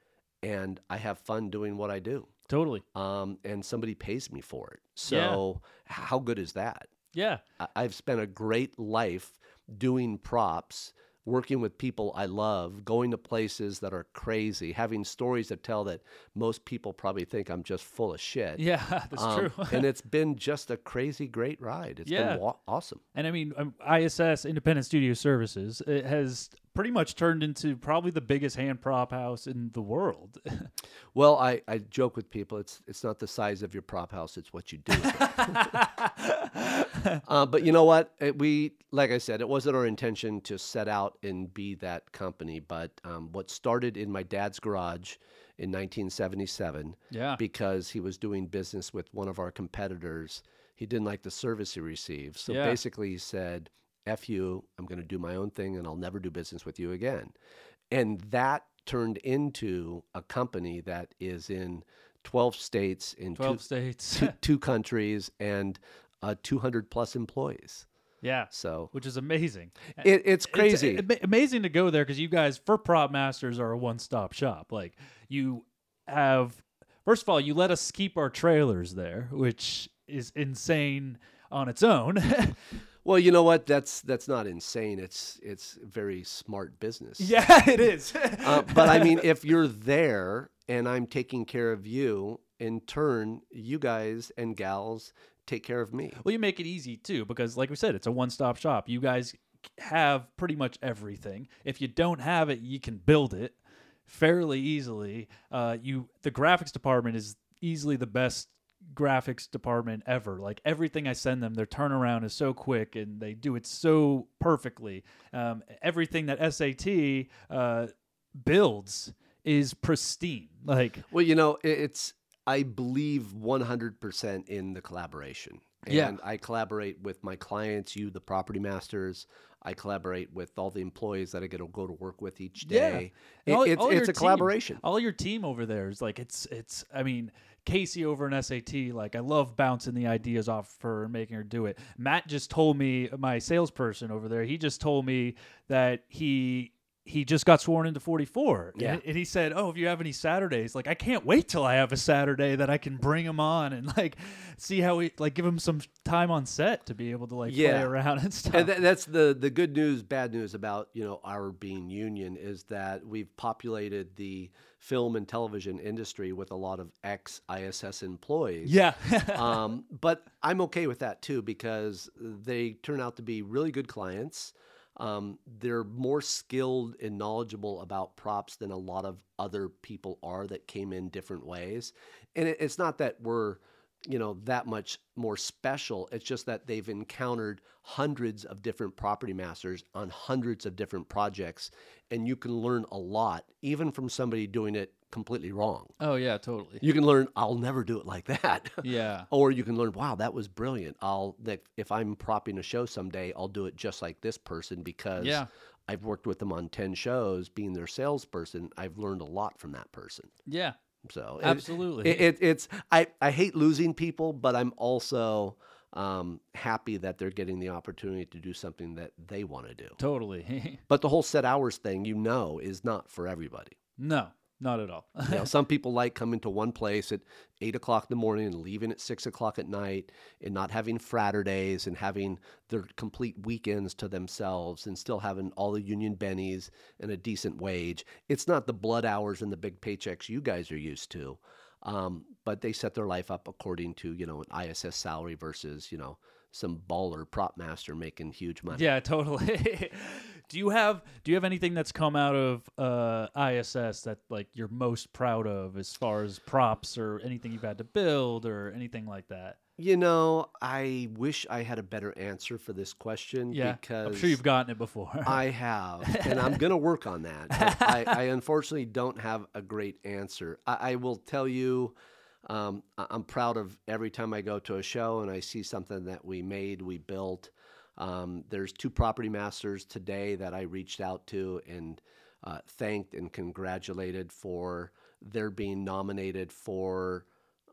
and I have fun doing what I do. Totally. Um, and somebody pays me for it. Yeah. So how good is that? Yeah. I- I've spent a great life doing props, working with people I love, going to places that are crazy, having stories to tell that most people probably think I'm just full of shit. Yeah, [LAUGHS] that's true. Um, and it's been just a crazy great ride. It's Yeah. been wa- awesome. And I mean, um, ISS Independent Studio Services it has pretty much turned into probably the biggest hand prop house in the world. [LAUGHS] Well, I, I joke with people. It's it's not the size of your prop house. It's what you do. with it. uh, but you know what? It, we like I said, it wasn't our intention to set out and be that company. But um, what started in my dad's garage in 1977 [LAUGHS] yeah. because he was doing business with one of our competitors. He didn't like the service he received. So Yeah. basically, he said, F you, I'm going to do my own thing and I'll never do business with you again. And that turned into a company that is in 12 states, in 12 two, states. two, two countries, and uh, 200 plus employees. [LAUGHS] yeah. So Which is amazing. it, Eh, it's crazy. It's ama- amazing to go there because you guys, for prop masters, are a one stop shop. Like, you have, first of all, you let us keep our trailers there, which is insane on its own. [LAUGHS] well, you know what? That's that's not insane. It's it's very smart business. yeah, it [LAUGHS] is. Uh, but I mean, if you're there and I'm taking care of you, in turn, you guys and gals take care of me. Well, you make it easy too, because like we said, it's a one stop shop. You guys have pretty much everything. If you don't have it, you can build it fairly easily. Uh, you the graphics department is easily the best graphics department ever. Like everything I send them, their turnaround is so quick and they do it so perfectly. Um, everything that SAT uh, builds is pristine. Like Well, you know, i- it's I believe 100% in the collaboration. And Yeah. I collaborate with my clients, you, the property masters. I collaborate with all the employees that I get to go to work with each Yeah. day. It- And all- it's all your it's a team- collaboration. all your team over there is like it's it's. I mean, Casey over in SAT, like I love bouncing the ideas off her and making her do it. Matt just told me my salesperson over there. He just told me that he. He just got sworn into 44. Yeah. And, and he said, Oh, if you have any Saturdays, like, I can't wait till I have a Saturday that I can bring him on and, like, see how he, like, give him some time on set to be able to, like, play Yeah. around and [LAUGHS] stuff. And tha- that's the the good news, bad news about you know our being union is that we've populated the film and television industry with a lot of ex ISS employees. yeah. um, but I'm okay with that too because they turn out to be really good clients. Um, they're more skilled and knowledgeable about props than a lot of other people are that came in different ways. And it, it's not that we're, you know, that much more special. It's just that they've encountered hundreds of different property masters on hundreds of different projects. And you can learn a lot, even from somebody doing it completely wrong. [LAUGHS] oh, yeah, totally. You can learn, I'll never do it like that. [LAUGHS] Yeah. or you can learn wow that was brilliant i'll that if i'm propping a show someday i'll do it just like this person because Yeah. i've worked with them on 10 shows being their salesperson i've learned a lot from that person Yeah. so it- Absolutely. it, it, it's I, I hate losing people but i'm also um, happy that they're getting the opportunity to do something that they want to do Totally. [LAUGHS] but the whole set hours thing you know is not for everybody no, not at all. [LAUGHS] you know, some people like coming to one place at eight o'clock in the morning and leaving at six o'clock at night and not having Fraterdays and having their complete weekends to themselves and still having all the union bennies and a decent wage. It's not the blood hours and the big paychecks you guys are used to. Um, but they set their life up according to, you know, an ISS salary versus, you know, some baller prop master making huge money. yeah, totally. [LAUGHS] do you have do you have anything that's come out of uh, ISS that like you're most proud of as far as props or anything you've had to build or anything like that? You know, I wish I had a better answer for this question Yeah. because I'm sure you've gotten it before. I have, and I'm going to work on that. [LAUGHS] but I, I unfortunately don't have a great answer. I, I will tell you, um, I- I'm proud of every time I go to a show and I see something that we made, we built. Um, there's two property masters today that I reached out to and uh, thanked and congratulated for their being nominated for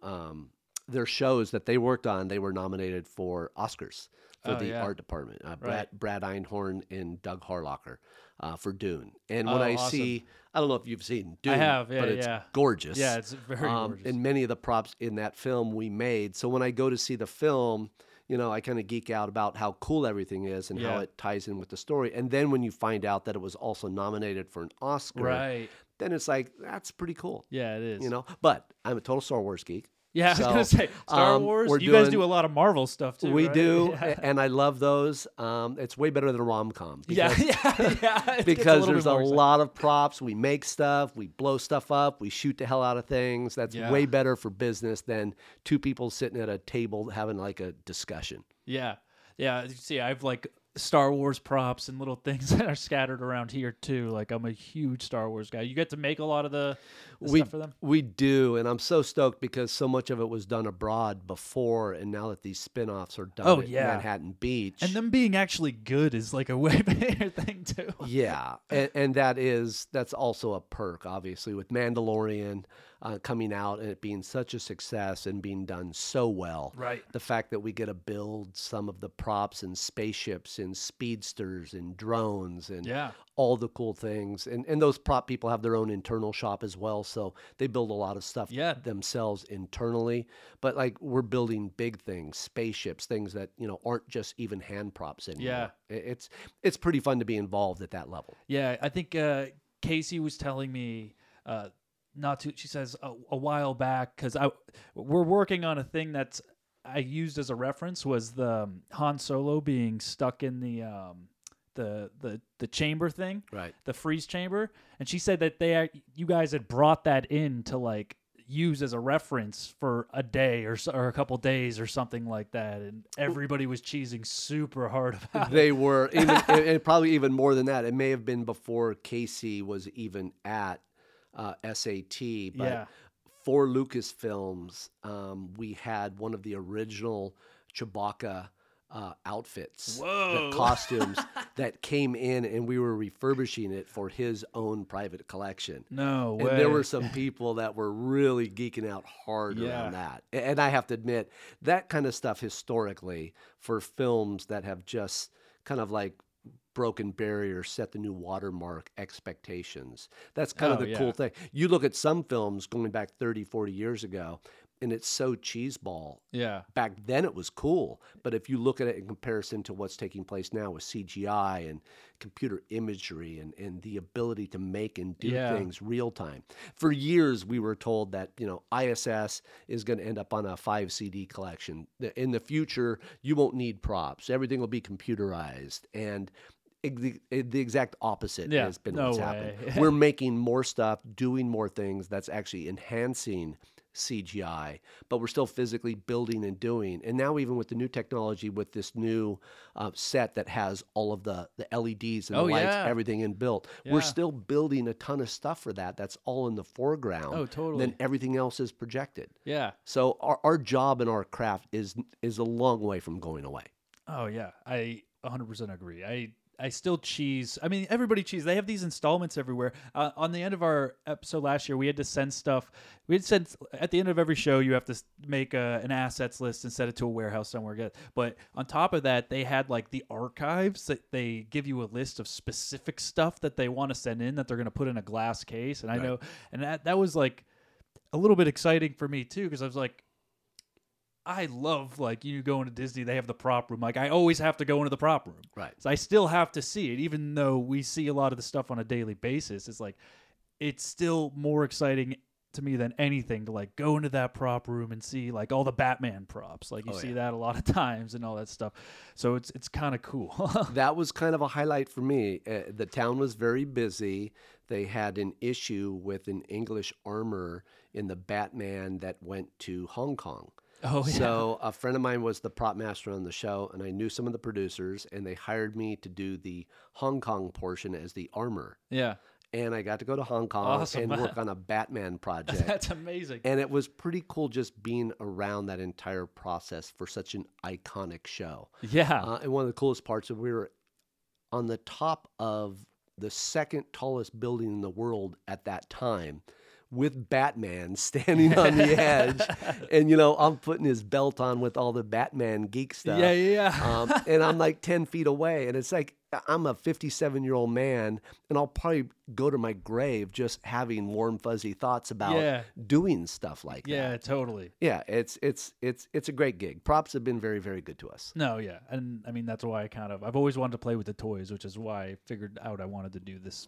um, their shows that they worked on. They were nominated for Oscars for Oh, the yeah. art department. Uh, Brad, Brad Einhorn and Doug Harlocker uh, for Dune. And when Oh, I awesome. see, I don't know if you've seen Dune, have, yeah, but it's yeah. gorgeous. yeah, it's very Um, gorgeous. And many of the props in that film we made. So when I go to see the film, you know, I kind of geek out about how cool everything is and how Yeah. it ties in with the story. And then when you find out that it was also nominated for an Oscar, right. then it's like, that's pretty cool. [LAUGHS] Yeah, it is. You know, but I'm a total Star Wars geek. yeah, I was so, gonna say Star um, Wars. You we're guys doing- do a lot of Marvel stuff too. we right? [LAUGHS] do, Yeah. a- and I love those. Um, it's way better than a rom com. [LAUGHS] Yeah, yeah, yeah. It gets because little there's bit a more exciting. lot of props. We make stuff, we blow stuff up, we shoot the hell out of things. That's Yeah. way better for business than two people sitting at a table having like a discussion. Yeah. Yeah. as You see, I have like Star Wars props and little [LAUGHS] things that are scattered around here too. Like I'm a huge Star Wars guy. You get to make a lot of the, the we stuff for them. we do, and I'm so stoked because so much of it was done abroad before, and now that these spin-offs are done Oh, at yeah. Manhattan Beach, And them being actually good is like a [LAUGHS] way better thing too. [LAUGHS] yeah and, and that is that's also a perk obviously with mandalorian uh, coming out and it being such a success and being done so well Right. the fact that we get to build some of the props and spaceships and speedsters and drones and Yeah. all the cool things and and those prop people have their own internal shop as well so they build a lot of stuff Yeah. themselves internally but like we're building big things spaceships things that you know aren't just even hand props anymore Yeah. I- it's it's pretty fun to be involved at that level Yeah, I think uh, Casey was telling me uh, not to. She says a, a while back because I we're working on a thing that's I used as a reference was the um, Han Solo being stuck in the um, the the the chamber thing, Right. The freeze chamber, and she said that they act- you guys had brought that in to like use as a reference for a day or, so, or a couple days or something like that. And everybody was cheesing super hard [LAUGHS] about it. They were, even, and- and probably even more than that. It may have been before Casey was even at uh, SAT, but Yeah. for Lucasfilms, um, we had one of the original Chewbacca uh, outfits, Whoa. the costumes that came in, and we were refurbishing it for his own private collection. No way. And there [LAUGHS] were some people that were really geeking out hard Yeah. around that. A- And I have to admit, that kind of stuff historically for films that have just kind of like broken barriers, set the new watermark expectations. That's kind of Oh, the yeah. cool thing. You look at some films going back 30, 40 years ago, and it's so cheeseball. yeah. Back then it was cool, but if you look at it in comparison to what's taking place now with CGI and computer imagery and, and the ability to make and do Yeah. things real time. For years we were told that, you know, ISS is going to end up on a 5 CD collection. The- In the future, you won't need props. Everything will be computerized and ex- the, the exact opposite Yeah, has been no what's happened. way. [LAUGHS] We're making more stuff, doing more things that's actually enhancing CGI, but we're still physically building and doing. And now, even with the new technology, with this new uh, set that has all of the, the LEDs and Oh, the lights, yeah. everything in built, we're Yeah. still building a ton of stuff for that. That's all in the foreground. Oh, Then totally. everything else is projected. Yeah. So our, our job and our craft is is a long way from going away. Oh yeah, I 100% agree. I I still cheese. I mean, everybody cheese. They have these installments everywhere. Uh, on the end of our episode last year, we had to send stuff. We had sent at the end of every show, you have to s- make a, an assets list and send it to a warehouse somewhere. Good. But on top of that, they had like the archives that they give you a list of specific stuff that they want to send in that they're going to put in a glass case. And I know, and that that was like a little bit exciting for me too because I was like, I love like you going to Disney. They have the prop room. Like I always have to go into the prop room. Right. So I still have to see it, even though we see a lot of the stuff on a daily basis. It's like it's still more exciting to me than anything to like go into that prop room and see like all the Batman props. Like you Oh, see yeah. that a lot of [LAUGHS] times and all that stuff. So it's it's kind of cool. that was kind of a highlight for me. Uh, the town was very busy. They had an issue with an English armor in the Batman that went to Hong Kong. [LAUGHS] oh yeah. So a friend of mine was the prop master on the show, and I knew some of the producers, and they hired me to do the Hong Kong portion as the armor. yeah. And I got to go to Hong Kong Awesome. and [LAUGHS] work on a Batman project. That's amazing. And it was pretty cool just being around that entire process for such an iconic show. yeah. Uh, and one of the coolest parts is we were on the top of the second tallest building in the world at that time with Batman [LAUGHS] standing on the [LAUGHS] edge. And, you know, I'm putting his belt on with all the Batman geek stuff. yeah, yeah, yeah. Um, and I'm like 10 feet away. And it's like, I'm a 57 year old man, and I'll probably go to my grave just having warm, fuzzy thoughts about Yeah. doing stuff like yeah, that. totally. Yeah, it's it's it's it's a great gig. Props have been very very good to us. No, yeah, and I mean that's why I kind of I've always wanted to play with the toys, which is why I figured out I wanted to do this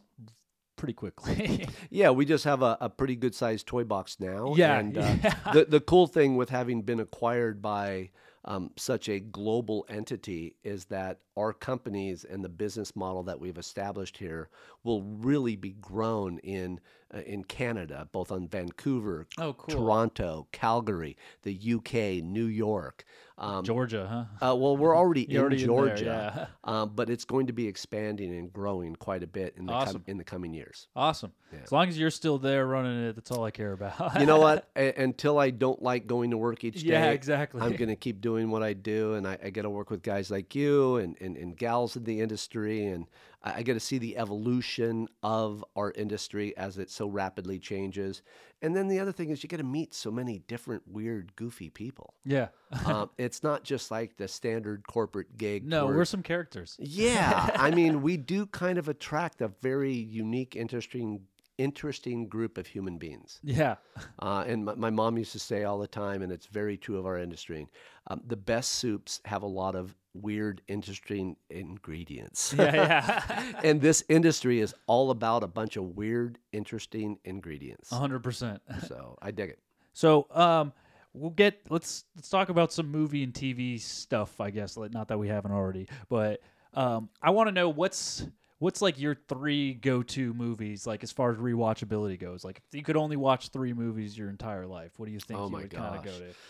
pretty [LAUGHS] quickly. [LAUGHS] Yeah, we just have a, a pretty good sized toy box now. Yeah, And uh, yeah. [LAUGHS] the, the cool thing with having been acquired by um, such a global entity is that our companies and the business model that we've established here will really be grown in, uh, in Canada, both on Vancouver, Oh, cool. Toronto, Calgary, the UK, New York. Um, Georgia, huh? uh, [LAUGHS] well, we're already in You're already in there, Georgia, [LAUGHS] um, but it's going to be expanding and growing quite a bit in the, com- Awesome. in the coming years. Awesome. As long as you're still there running it, that's all I care about. [LAUGHS] you know what? A- until I don't like going to work each day, Yeah, exactly. I'm going to keep doing what I do, and I, I get to work with guys like you and, and, and gals in the industry, and I, I get to see the evolution of our industry as it so rapidly changes. And then the other thing is, you get to meet so many different, weird, [LAUGHS] goofy people. yeah. um, it's not just like the standard corporate gig. No, where- we're some characters. yeah, [LAUGHS] I mean, we do kind of attract a very unique, interesting, interesting group of human beings. [LAUGHS] Yeah. Uh, and my, my mom used to say all the time, and it's very true of our industry um, the best soups have a lot of weird, interesting ingredients. Yeah, yeah. [LAUGHS] and this industry is all about a bunch of weird, interesting ingredients. Uh-huh. 100%. So I dig it. So, um we'll get let's let's talk about some movie and TV stuff, I guess. like, Not that we haven't already, but um I want to know what's what's like your three go-to movies like as far as rewatchability goes? Like if you could only watch three movies your entire life, what do you think Oh you my would kind of gosh. go to?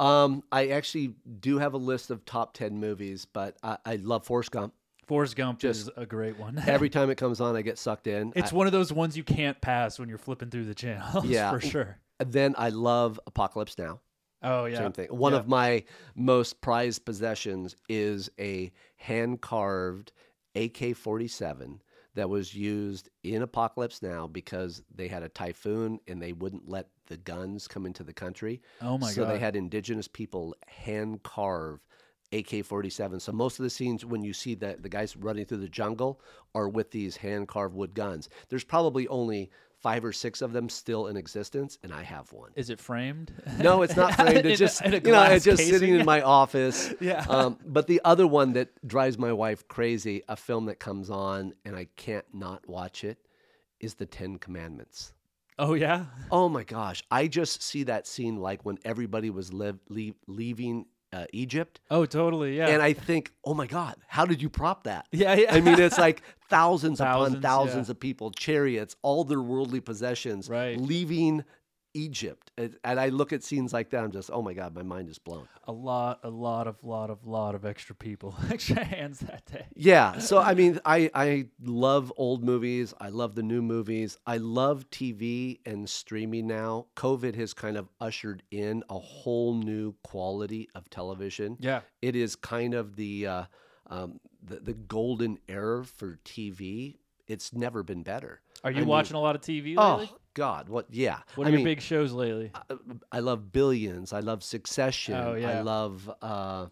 Um, I actually do have a list of top ten movies, but I, I love Forrest Gump. Forrest Gump Just is a great one. [LAUGHS] Every time it comes on, I get sucked in. it's I- one of those ones you can't pass when you're flipping through the channels [LAUGHS] Yeah. for sure. then I love Apocalypse Now. Oh yeah. Same thing. One Yeah. of my most prized possessions is a hand carved AK 47 that was used in Apocalypse Now because they had a typhoon and they wouldn't let the guns come into the country. Oh my so god. they had indigenous people hand carve AK 47. So most of the scenes when you see that the guys running through the jungle are with these hand carved wood guns. There's probably only five or six of them still in existence, and I have one. is it framed? No, [LAUGHS] it's not framed. In a- It's just in a you know, glass it's just sitting casing? in my office. [LAUGHS] Yeah. Um, but the other one that drives my wife crazy, a film that comes on and I can't not watch it, is the Ten Commandments. oh yeah. Oh my gosh, I just see that scene like when everybody was live, leave, leaving uh, Egypt, Oh totally. Yeah. and I think, oh my God, how did you prop that? yeah, yeah. [LAUGHS] I mean, it's like thousands, Thousands, upon thousands yeah. of people, chariots, all their worldly possessions, Right. leaving Egypt. And and I look at scenes like that, I'm just, oh my God, my mind is blown. [LAUGHS] a lot, a lot of, lot of, lot of extra people, [LAUGHS] extra hands that day. Yeah. So, I mean, I, I love old movies. I love the new movies. I love TV and streaming now. COVID has kind of ushered in a whole new quality of television. Yeah. it is kind of the uh, um, the, the golden era for TV. It's never been better. Are I you mean- watching a lot of TV lately? Oh God, what? Yeah, what are I your mean, uh, big shows lately? I, I love Billions. I love Succession. Oh, yeah. I love uh,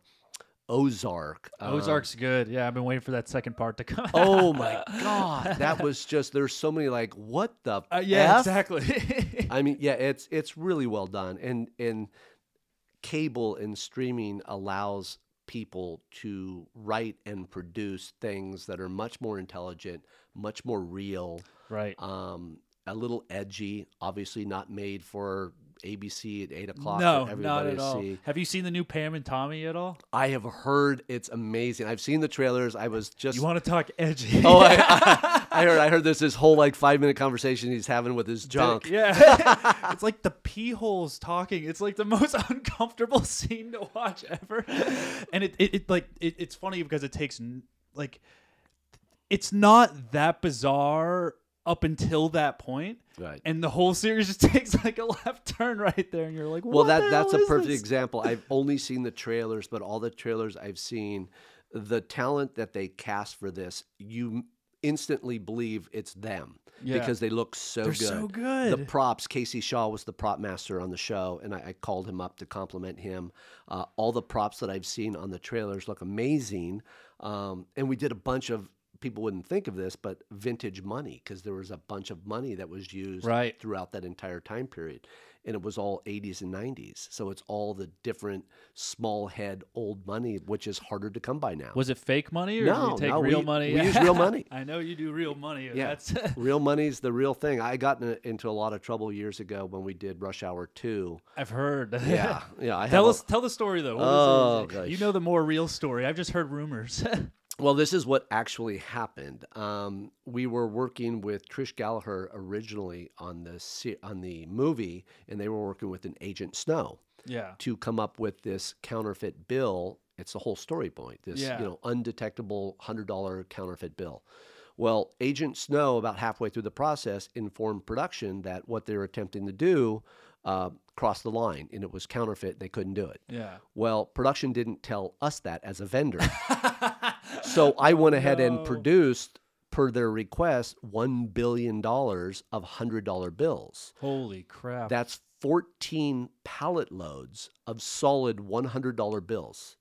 Ozark. um, Ozark's [LAUGHS] good. Yeah, I've been waiting for that second part to come. [LAUGHS] oh my God, that was just. There's so many like what the Uh, yeah, F? exactly. [LAUGHS] I mean, yeah, it's it's really well done, and and cable and streaming allows people to write and produce things that are much more intelligent, much more real, [LAUGHS] right. um, a little edgy. Obviously, not made for ABC at eight o'clock. no, for not everybody at to all. See. Have you seen the new Pam and Tommy at all? I have heard it's amazing. I've seen the trailers. I was just You want to talk edgy? oh, [LAUGHS] I, I, I heard I heard there's this whole like five minute conversation he's having with his junk. [LAUGHS] Yeah. it's like the pee holes talking. It's like the most [LAUGHS] uncomfortable scene to watch ever. And it, it, it like it, it's funny because it takes n- like it's not that bizarre up until that point. Right. And the whole series just [LAUGHS] takes like a left turn right there and you're like, Well, what that the that's a hell is perfect this? example. I've only seen the trailers, but all the trailers I've seen, the talent that they cast for this, you instantly believe it's them Yeah. because they look so They're good. so The good. props, Casey Shaw was the prop master on the show, and I, I called him up to compliment him. Uh, all the props that I've seen on the trailers look amazing, um, and we did a bunch of. People wouldn't think of this, but vintage money, because there was a bunch of money that was used Right. throughout that entire time period. And it was all 80s and 90s. So it's all the different small head old money, which is harder to come by now. Was it fake money or do No, you take no, real we- money? we use real money. [LAUGHS] I know you do real money. Yeah. That's [LAUGHS] real money's the real thing. I got in, into a lot of trouble years ago when we did Rush Hour 2. I've heard. [LAUGHS] Yeah. [LAUGHS] Yeah. I have Tell a- us, tell the story though. What Oh, was it? You gosh. know the more real story. I've just heard rumors. [LAUGHS] Well, this is what actually happened. Um, we were working with Trish Gallagher originally on the, se- on the movie, and they were working with an Agent Snow. yeah. to come up with this counterfeit bill. It's the whole story point. This Yeah. you know undetectable hundred dollar counterfeit bill. Well, Agent Snow, about halfway through the process, informed production that what they were attempting to do uh, crossed the line, and it was counterfeit. They couldn't do it. [LAUGHS] Yeah. Well, production didn't tell us that as a vendor. [LAUGHS] so I went ahead No. and produced, per their request, $1 billion of $100 bills. Holy crap. That's 14 pallet loads of solid $100 bills.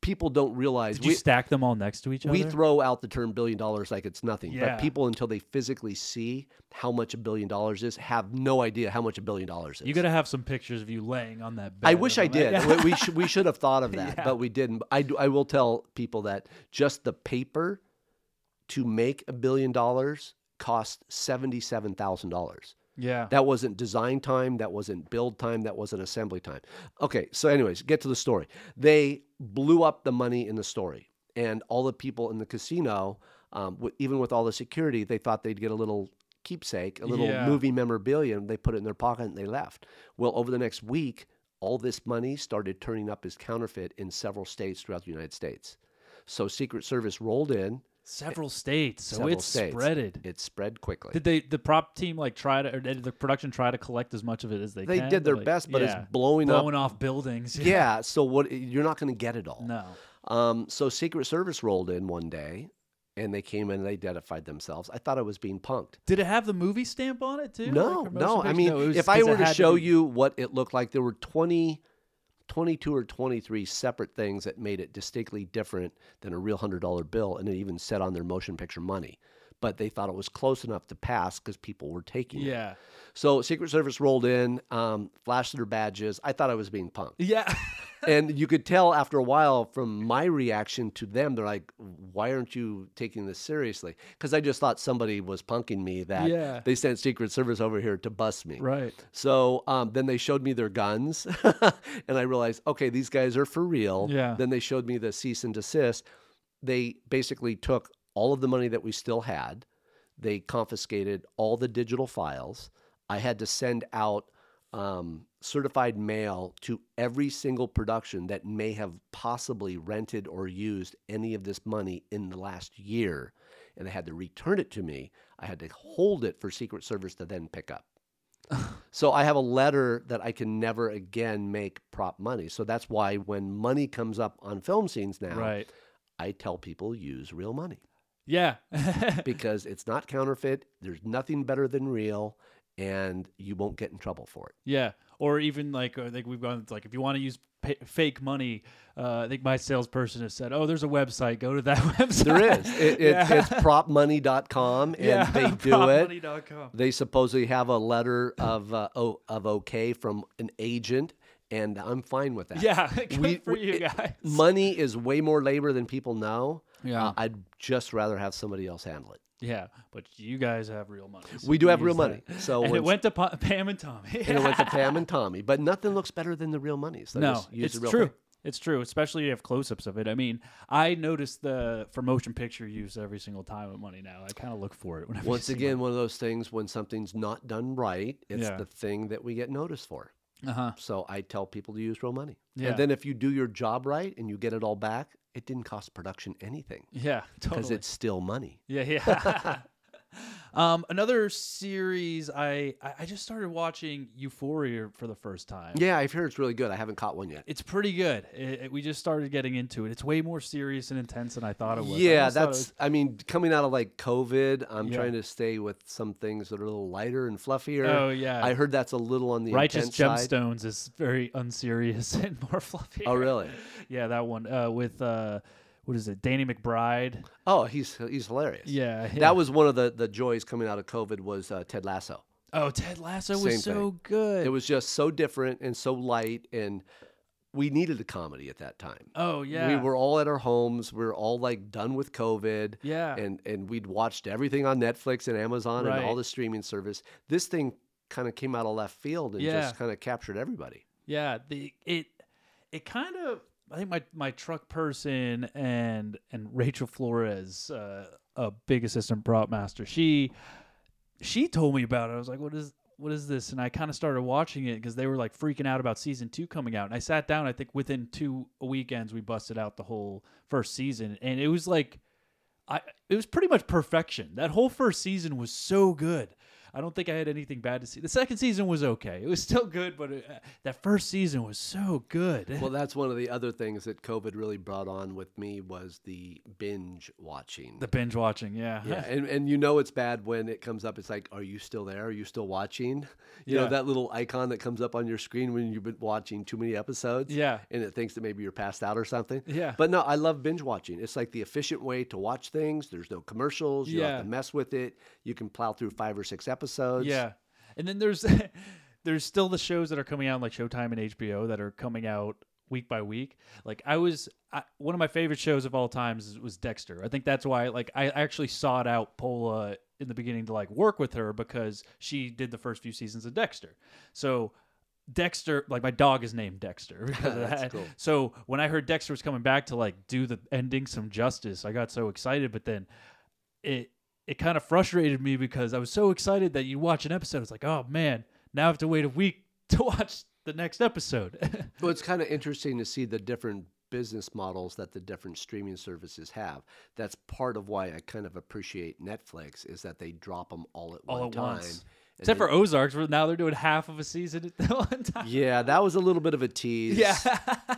People don't realize Did you stack them all next to each we, we other? throw out the term billion dollars like it's nothing. Yeah. But people, until they physically see how much a billion dollars is, have no idea how much a billion dollars is. you got to have some pictures of you laying on that bed. I wish or I did. something. We, we, should, we should have thought [LAUGHS] of that, Yeah. but we didn't. I, do- I will tell people that just the paper to make a billion dollars cost $77,000. [LAUGHS] Yeah. That wasn't design time. That wasn't build time. That wasn't assembly time. Okay, so, anyways, get to the story. They blew up the money in the story, and all the people in the casino Um, w- even with all the security, they thought they'd get a little keepsake, a little Yeah. movie memorabilia, and they put it in their pocket and they left. Well, over the next week, all this money started turning up as counterfeit in several states throughout the United States. So Secret Service rolled in. Several states, so several it's states. spreaded. It spread quickly. did they the prop team like try to or did the production try to collect as much of it as they They can? did their Like, best, but it's yeah, blowing up- blowing off buildings. yeah. So what? eh, You're not going to get it all. [LAUGHS] No. Um, so Secret Service rolled in one day, and they came in and they identified themselves. I thought I was being punked. Did it have the movie stamp on it too? no, Like, or no. motion I picture? mean, No, it was if 'cause I it were had to be- show you what it looked like, there were 20, 22 or 23 separate things that made it distinctly different than a real $100 bill, and it even said on their motion picture money. But they thought it was close enough to pass because people were taking it. yeah, [LAUGHS] So Secret Service rolled in, um, flashed their badges. I thought I was being punked. yeah. and you could tell after a while from my reaction to them, they're like, "Why aren't you taking this seriously?" Because I just thought somebody was punking me that Yeah. they sent Secret Service over here to bust me. right. So um, then they showed me their guns, [LAUGHS] and I realized, okay, these guys are for real. Yeah. Then they showed me the cease and desist. They basically took all of the money that we still had. They confiscated all the digital files. I had to send out um, certified mail to every single production that may have possibly rented or used any of this money in the last year. And they had to return it to me. I had to hold it for Secret Service to then pick up. So I have a letter that I can never again make prop money. So that's why when money comes up on film scenes now, Right. I tell people use real money Yeah. [LAUGHS] because it's not counterfeit. There's nothing better than real, and you won't get in trouble for it. yeah. Or even like uh, like we've gone like if you want to use pa fake money, uh, I think my salesperson has said, "Oh, there's a website. Go to that [LAUGHS] website." There is. [LAUGHS] It, it, Yeah. It's [LAUGHS] propmoney.com, and yeah. they do it. PropMoney.com. They supposedly have a letter of uh, o- of okay from an agent, and I'm fine with that. Yeah. [LAUGHS] Good We- for we- you it- guys. money is way more labor than people know. Yeah. Uh, I'd just rather have somebody else handle it. Yeah, but you guys have real money. so We do you have real use that. money. So and when it went to pa- Pam and Tommy. [LAUGHS] and it went to Pam and Tommy, but nothing looks better than the real money. So no, just use it's the real true. thing. It's true, especially if you have close-ups of it. I mean, I notice the for motion picture use every single time with money now. I kind of look for it whenever. you Once see again, one of those things when something's not done right, it's Yeah. the thing that we get noticed for. money. uh-huh. So I tell people to use real money. Yeah. And then if you do your job right and you get it all back, it didn't cost production anything Yeah, [LAUGHS] because totally. it's still money. Yeah, yeah. [LAUGHS] um, another series I I I just started watching Euphoria for the first time. Yeah, I've heard it's really good. I haven't caught one yet. It's pretty good. It, it- we just started getting into it. It's way more serious and intense than I thought it was. I Yeah, almost thought it that's. I mean, coming out of like COVID, I'm Yeah. trying to stay with some things that are a little lighter and fluffier. Oh, yeah. I heard that's a little on the Righteous intense side. Gemstones is very unserious [LAUGHS] and more fluffy. Oh, really? Yeah, that one uh, with uh, what is it? Danny McBride. Oh, he's he's hilarious. Yeah, yeah. That was one of the, the joys coming out of COVID was uh, Ted Lasso. Oh, Ted Lasso Same was so good. It was just so different and so light, and we needed a comedy at that time. Oh yeah. We were all at our homes. We were all like done with COVID. Yeah. And and we'd watched everything on Netflix and Amazon and all Right. the streaming service. This thing kind of came out of left field and Yeah. just kind of captured everybody. Yeah, the it it kind of I think my my truck person and and Rachel Flores, uh, a big assistant prop master, she she told me about it. I was like, what is what is this? And I kind of started watching it because they were like freaking out about season two coming out. And I sat down. I think within two weekends we busted out the whole first season, and it was like I it was pretty much perfection. That whole first season was so good. I don't think I had anything bad to see. The second season was okay. It was still good, but it, that first season was so good. Well, that's one of the other things that COVID really brought on with me was the binge watching. [LAUGHS] the binge watching, yeah. Yeah, [LAUGHS] and, and you know it's bad when it comes up. It's like, are you still there? Are you still watching? [LAUGHS] You know Yeah. that little icon that comes up on your screen when you've been watching too many episodes. Yeah. and it thinks that maybe you're passed out or something. Yeah. but no, I love binge watching. It's like the efficient way to watch things. There's no commercials. You don't have Yeah. to mess with it. You can plow through five or six episodes. Yeah, and then there's [LAUGHS] there's still the shows that are coming out like Showtime and HBO that are coming out week by week. Like I was I, one of my favorite shows of all times is- was Dexter. I think that's why like I actually sought out Paula in the beginning to like work with her because she did the first few seasons of Dexter. So Dexter, like my dog is named Dexter [LAUGHS] because of [LAUGHS] That's that. cool. So when I heard Dexter was coming back to like do the ending some justice, I got so excited. But then it it kind of frustrated me because I was so excited that you watch an episode. It's like, oh man, now I have to wait a week [LAUGHS] to watch the next episode. [LAUGHS] Well, it's kind of interesting to see the different business models that the different streaming services have. That's part of why I kind of appreciate Netflix is that they drop them all at All one at time. once. and Except then- for Ozarks, where now they're doing half of a season at [LAUGHS] the one time. yeah, that was a little bit of a tease. Yeah. [LAUGHS] [LAUGHS]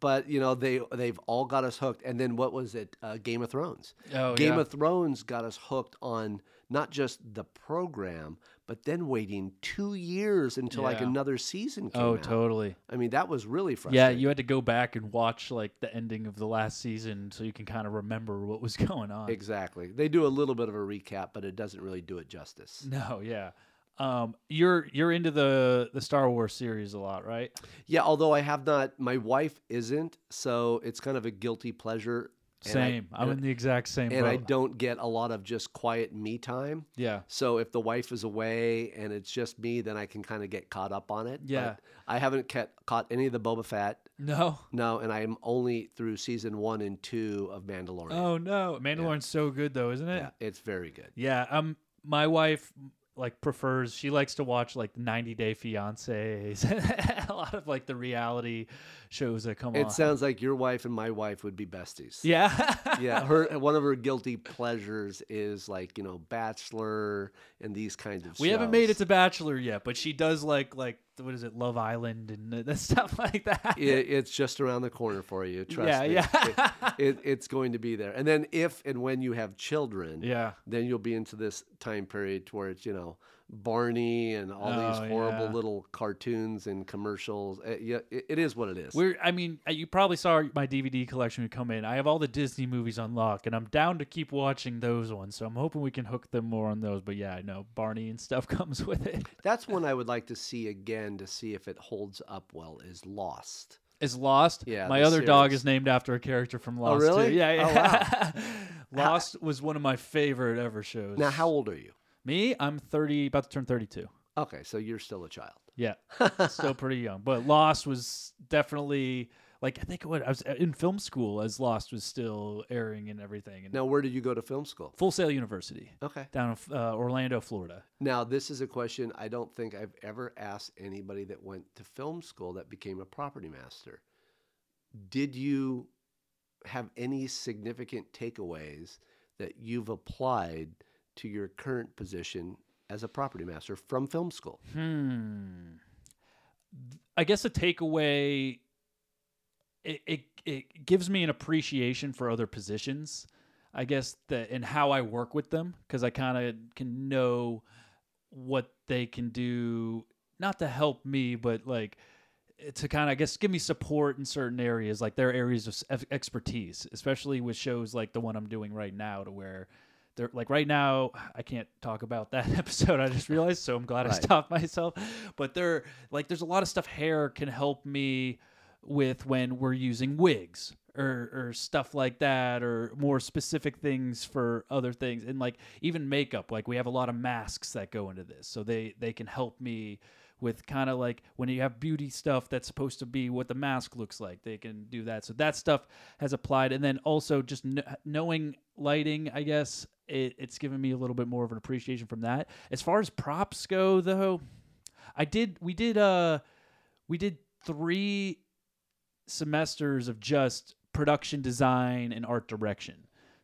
but you know they they've all got us hooked. And then what was it? Uh, Game of Thrones. Oh, Game yeah. of Thrones got us hooked on not just the program, but then waiting two years until like Yeah. another season came oh, out. totally. I mean, that was really Yeah, frustrating. you had to go back and watch like the ending of the last season so you can kind of remember what was [LAUGHS] going on. exactly. They do a little bit of a recap, but it doesn't really do it justice. No, yeah. Um, you're you're into the the Star Wars series a lot, right? Yeah, although I have not, my wife isn't, so it's kind of a guilty pleasure. and I- Same. I'm in the exact same. and I boat. don't get a lot of just quiet me time. Yeah. So if the wife is away and it's just me, then I can kind of get caught up on it. But Yeah. I haven't ca- caught any of the Boba Fett. No. No, and I am only through season one and two of Mandalorian. Oh no. Mandalorian's so good though, isn't it? yeah, it's very good. Yeah, um, my wife like prefers she likes to watch like 90 Day Fiancés, [LAUGHS] a lot of like the reality shows that come on. It sounds like your wife and my wife would be besties. yeah, [LAUGHS] yeah. Her one of her guilty pleasures is like you know Bachelor and these kinds of. We haven't made shows. it to Bachelor yet, but she does like like what is it, Love Island and [LAUGHS] th- that stuff like that. it, it's just around the corner for you. Trust Yeah, me. yeah. It, it- it's going to be there. And then if and when you have [LAUGHS] [LAUGHS] children, Yeah. then you'll be into this time period where it's you know Barney and all Oh, these horrible yeah. little cartoons and commercials. Uh, yeah, it, it is what it is. We're, I mean, uh, you probably saw my DVD collection would come in. I have all the Disney movies on lock, and I'm down to keep watching those ones. So I'm hoping we can hook them more on those. But yeah, I know Barney and stuff [LAUGHS] comes with it. That's one I would like to see again to see if it holds up well. Is Lost. is Lost. Yeah, my the other dog series. is named after a character from Lost. really? Too. Yeah, Oh, yeah. [LAUGHS] Lost was one of my favorite ever shows. Now, how old are you? Me, I'm 30, about to turn 32. Okay, so you're still a child. Yeah, still pretty young. But Lost was definitely like I think what I was uh, in film school as Lost was still airing and everything. And Now, where did you go to film school? Full Sail University Okay. down in uh, Orlando, Florida. Now, this is a question I don't think I've ever asked anybody that went to film school that became a property master. Did you have any significant takeaways that you've applied to your current position as a property master from film school? Hmm. I guess a takeaway. It, it it gives me an appreciation for other positions. I guess that and how I work with them because I kind of can know what they can do, not to help me, but like to kind of I guess give me support in certain areas, like their areas of s- expertise, especially with shows like the one I'm doing right now, to where they're like right now I can't talk about that [LAUGHS] episode. I just realized, so I'm glad I Right. stopped myself. But there, like, there's a lot of stuff hair can help me with when we're using wigs or or stuff like that or more specific things for other things and like even makeup like we have a lot of masks that go into this so they they can help me with kind of like when you have beauty stuff that's supposed to be what the mask looks like they can do that so that stuff has applied and then also just kn- knowing lighting i guess it, it's given me a little bit more of an appreciation from that as far as props go though i did we did uh we did three semesters of just production design and art direction.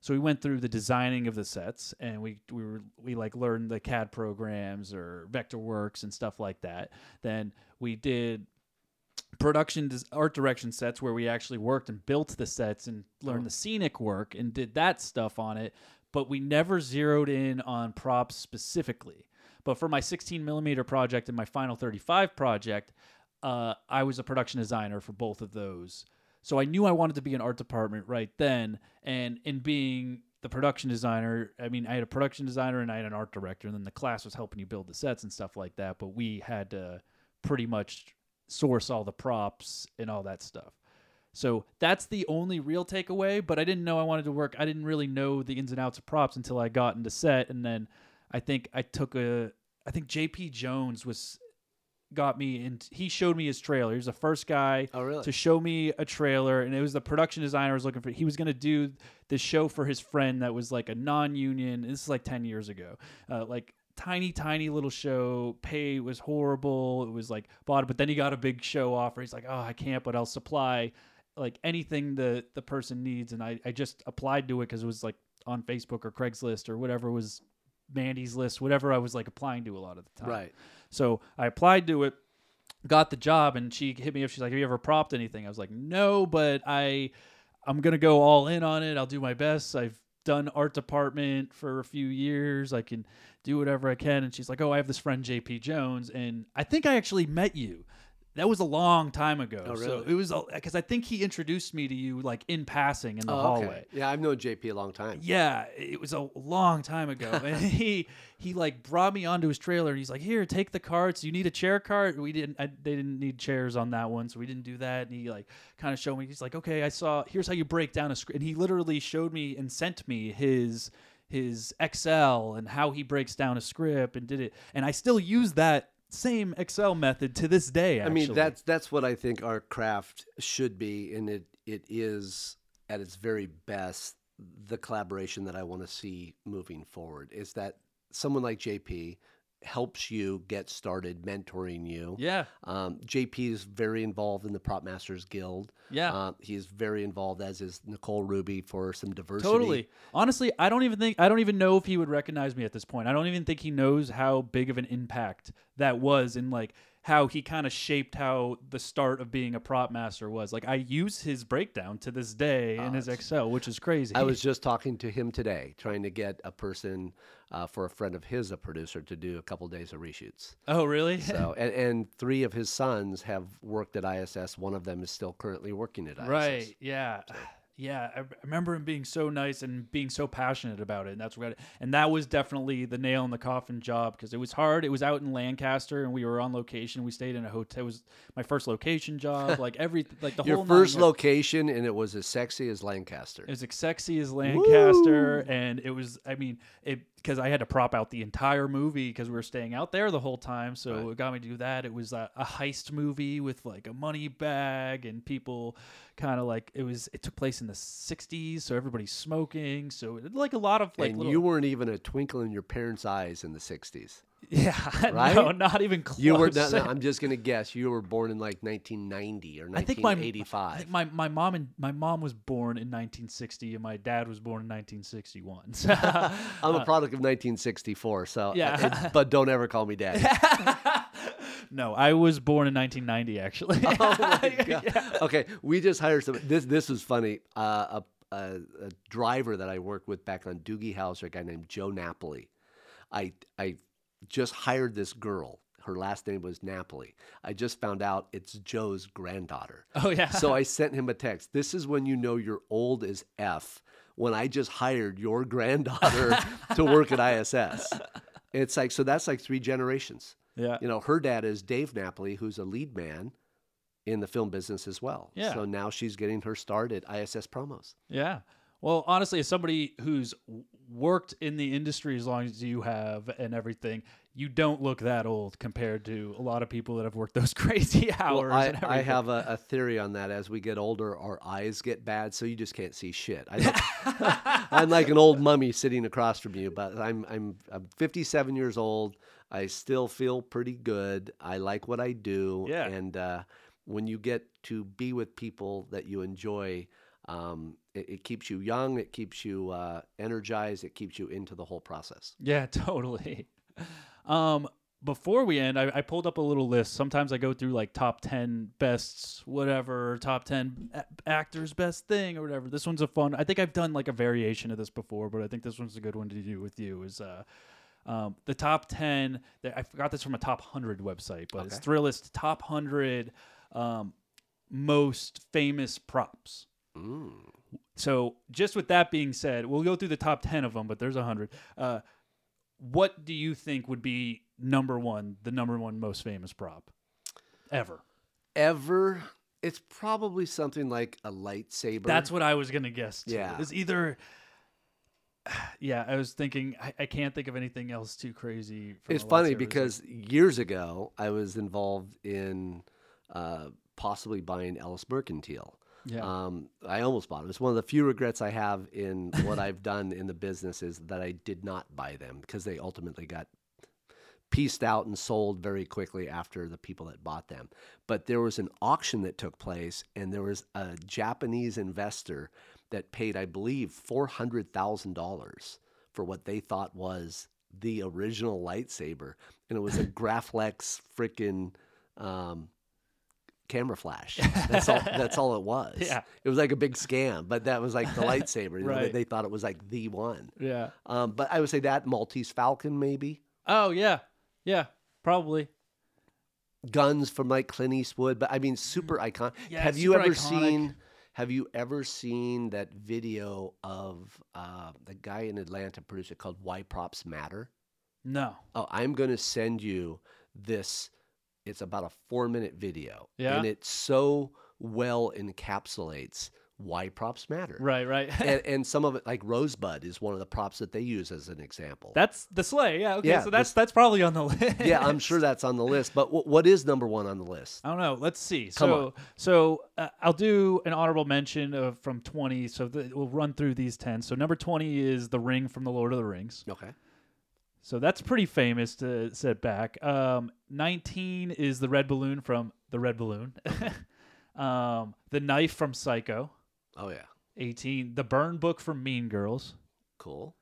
So we went through the designing of the sets, and we we were we like learned the CAD programs or VectorWorks and stuff like that. Then we did production des- art direction sets where we actually worked and built the sets and learned the scenic work and did that stuff on it. But we never zeroed in on props specifically. But for my 16 millimeter project and my final 35 project, uh, I was a production designer for both of those. So I knew I wanted to be an art department right then. And in being the production designer, I mean, I had a production designer and I had an art director, and then the class was helping you build the sets and stuff like that. But we had to pretty much source all the props and all that stuff. So that's the only real takeaway. But I didn't know I wanted to work. I didn't really know the ins and outs of props until I got into set, and then I think I took a. I think JP Jones was got me and he showed me his trailer. He was the first guy Oh, really? to show me a trailer, and it was the production designer I was looking for. He was going to do this show for his friend that was like a non-union. This is like ten years ago, uh, like tiny, tiny little show. Pay was horrible. It was like bought, but then he got a big show offer. He's like, oh, I can't, but I'll supply like anything the the person needs, and I I just applied to it because it was like on Facebook or Craigslist or whatever was Mandy's list, whatever I was like applying to a lot of the time. Right. So I applied to it, got the job, and she hit me up. She's like, "Have you ever propped anything?" I was like, "No, but I, I'm gonna go all in on it. I'll do my best. I've done art department for a few years. I can do whatever I can." And she's like, "Oh, I have this friend JP Jones, and I think I actually met you." That was a long time ago. Oh, So really? it was because I think he introduced me to you like in passing in the Oh, hallway. okay. Yeah, I've known JP a long time. Yeah, it was a long time [LAUGHS] ago. And he he like brought me onto his trailer and he's like, "Here, take the carts. You need a chair cart." We didn't I, they didn't need chairs on that one, so we didn't do that. And he like kind of showed me. He's like, "Okay, I saw here's how you break down a script." And he literally showed me and sent me his his Excel and how he breaks down a script and did it. And I still use that same Excel method to this day I actually. mean, that's that's what I think our craft should be, and it it is at its very best the collaboration that I want to see moving forward is that someone like JP helps you get started mentoring you. Yeah. Um, JP is very involved in the Prop Masters Guild. Yeah. Uh, he is very involved, as is Nicole Ruby, for some diversity. Totally. Honestly, I don't even think I don't even know if he would recognize me at this point. I don't even think he knows how big of an impact that was in like how he kind of shaped how the start of being a prop master was. Like I use his breakdown to this day in his Excel, which is crazy. Ah, I was just talking to him today, trying to get a person uh, for a friend of his, a producer, to do a couple days of reshoots. [LAUGHS] Oh, really? [LAUGHS] So, and, and three of his sons have worked at ISS. One of them is still currently working at ISS. Right. Yeah. [SIGHS] Yeah. I r- remember him being so nice and being so passionate about it. And that's what, and that was definitely the nail in the coffin job because it was hard. It was out in Lancaster and we were on location. We stayed in a hotel. It was my first location [LAUGHS] job. Like every, like the Your whole first nine yards. location, and it was as sexy as Lancaster. It was as sexy as Lancaster, and it was. I mean, it because I had to prop out the entire movie because we were staying out there the whole time, so it got me to do that. It was a, a heist movie with like a money bag and people, kind of like it was. It took place in the '60s, so everybody's smoking, so it, like a lot of like and little, you weren't even a twinkle in your parents' eyes in the 60s. [LAUGHS] yeah, [LAUGHS] right? no, not even close. You [LAUGHS] were, no, no, I'm just going to guess, you were born in like 1990 or I think my 1985. I think my, my mom and my mom was born in 1960 and my dad was born in 1961. [LAUGHS] So- I'm a product of 1964, so uh, yeah. it's- but don't ever call [LAUGHS] me dad. no, I was born in 1990, [LAUGHS] actually. [LAUGHS] oh my god. Okay, we just hired some. This this was funny. Uh, a, a a driver that I worked with back on Doogie House, a guy named Joe Napoli. I I just hired this girl. Her last name was Napoli. I just found out it's Joe's granddaughter. Oh, yeah. So I sent him a text. This is when you know you're old as f. When I just hired your granddaughter to work at ISS. It's like so that's like three generations. yeah. Uh, You know, her dad is Dave Napoli, who's a lead man in the film business as well. Yeah. So now she's getting her start at ISS promos. Yeah. Well, honestly, as somebody who's w- worked in the industry as long as you have and everything, you don't look that old compared to a lot of people that have worked those [LAUGHS] crazy hours. Well, I, and I [LAUGHS] everything. have a, a theory on that. As we get older, our eyes get bad, so you just can't see shit. [LAUGHS] I don't- I'm like an old mummy sitting across from you, but I'm, I'm, I'm 57 years old. I still feel pretty good. I like what I do. Yeah. And uh, when you get to be with people that you enjoy, um, it, it keeps you young, it keeps you uh, energized, it keeps you into the whole process. [LAUGHS] Yeah, totally. Um, before we end, I, I pulled up a little list. Sometimes I go through like top 10 bests, whatever, top 10 a- actors, best thing, or whatever. This one's a fun, I think I've done like a variation of this before, but I think this one's a good one to do with you is, uh, um, the top 10 that I forgot this from a top 100 website, but it's Thrillist top 100, um, most famous props. So, just with that being said, we'll go through the top 10 of them, but there's 100. Uh, what do you think would be number one, the number one most famous prop ever? Ever, it's probably something like a lightsaber. That's what I was going to guess. Too. Yeah. It's either [SIGHS] yeah, I was thinking I, I can't think of anything else too crazy. from It's a lot funny service. because years ago I was involved in uh, possibly buying Ellis Mercantile. yeah, Um, I almost bought them. It's one of the few regrets I have in what I've done in the business is that I did not buy them because they ultimately got pieced out and sold very quickly after the people that bought them. But there was an auction that took place, and there was a Japanese investor that paid, I believe, four hundred thousand dollars for what they thought was the original lightsaber, and it was a Graflex freaking. Um, camera flash that's all that's all it was Yeah. it was like a big scam but that was [LAUGHS] like the lightsaber you know, they- Right. they thought it was like the one yeah. um, but i would say that maltese falcon maybe Oh yeah, yeah, probably. guns from like Clint Eastwood, but I mean super Mm. iconic. Yeah, have you super ever iconic. seen have you ever seen that video of uh, the guy in Atlanta produced it called Why Props Matter? No. Oh, I'm gonna send you this. It's about a four minute video. Yeah? And it so well encapsulates why props matter. Right, right. And, and some of it, like Rosebud, is one of the props that they use as an example. [LAUGHS] that's the sleigh. Yeah. Okay. Yeah, so the that's that's probably on the [LAUGHS] list. yeah, I'm sure that's on the list. But w- what is number one on the list? I don't know. Let's see. Come so, on. so uh, I'll do an honorable mention of from twenty. So the, we'll run through these ten. So number twenty is the ring from the Lord of the Rings. Okay. So that's pretty famous to set back. Um, 19 is the red balloon from the red balloon. [LAUGHS] um, the knife from Psycho. Oh, yeah. 18. The burn book from Mean Girls. Cool.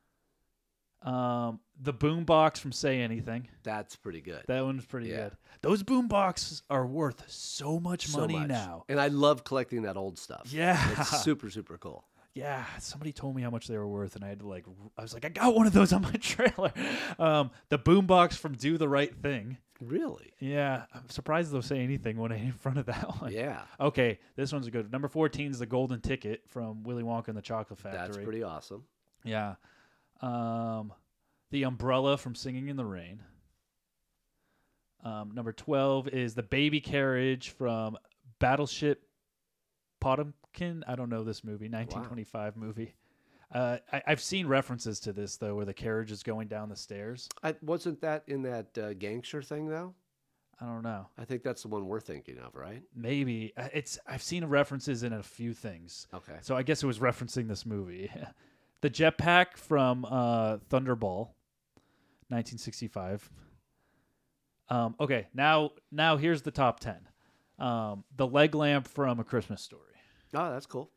Um, the boom box from Say Anything. That's pretty good. That one's pretty Yeah. good. Those boom boxes are worth so much money now. And I love collecting that old stuff. Yeah. [LAUGHS] It's super, super cool. yeah, somebody told me how much they were worth, and I had to like, r- I was like, I got one of those on my [LAUGHS] trailer. Um, the boombox from Do the Right Thing. Really? Yeah, I'm surprised they'll say anything when I in front of that one. Yeah. Okay, this one's good. Number 14 is the Golden Ticket from Willy Wonka and the Chocolate Factory. That's pretty awesome. Yeah. Um, the Umbrella from Singing in the Rain. Um, number 12 is the Baby Carriage from Battleship Potemkin. I don't know this movie, 1925 movie. Uh, I, I've seen references to this though, where the carriage is going down the stairs. I, wasn't that in that uh, gangster thing, though? I don't know. I think that's the one we're thinking of, right? Maybe Uh, it's. I've seen references in a few things. Okay. So I guess it was referencing this movie. [LAUGHS] the jetpack from uh, Thunderball, 1965. Um, okay, now now here's the top ten. Um, the leg lamp from A Christmas Story. Oh, that's cool.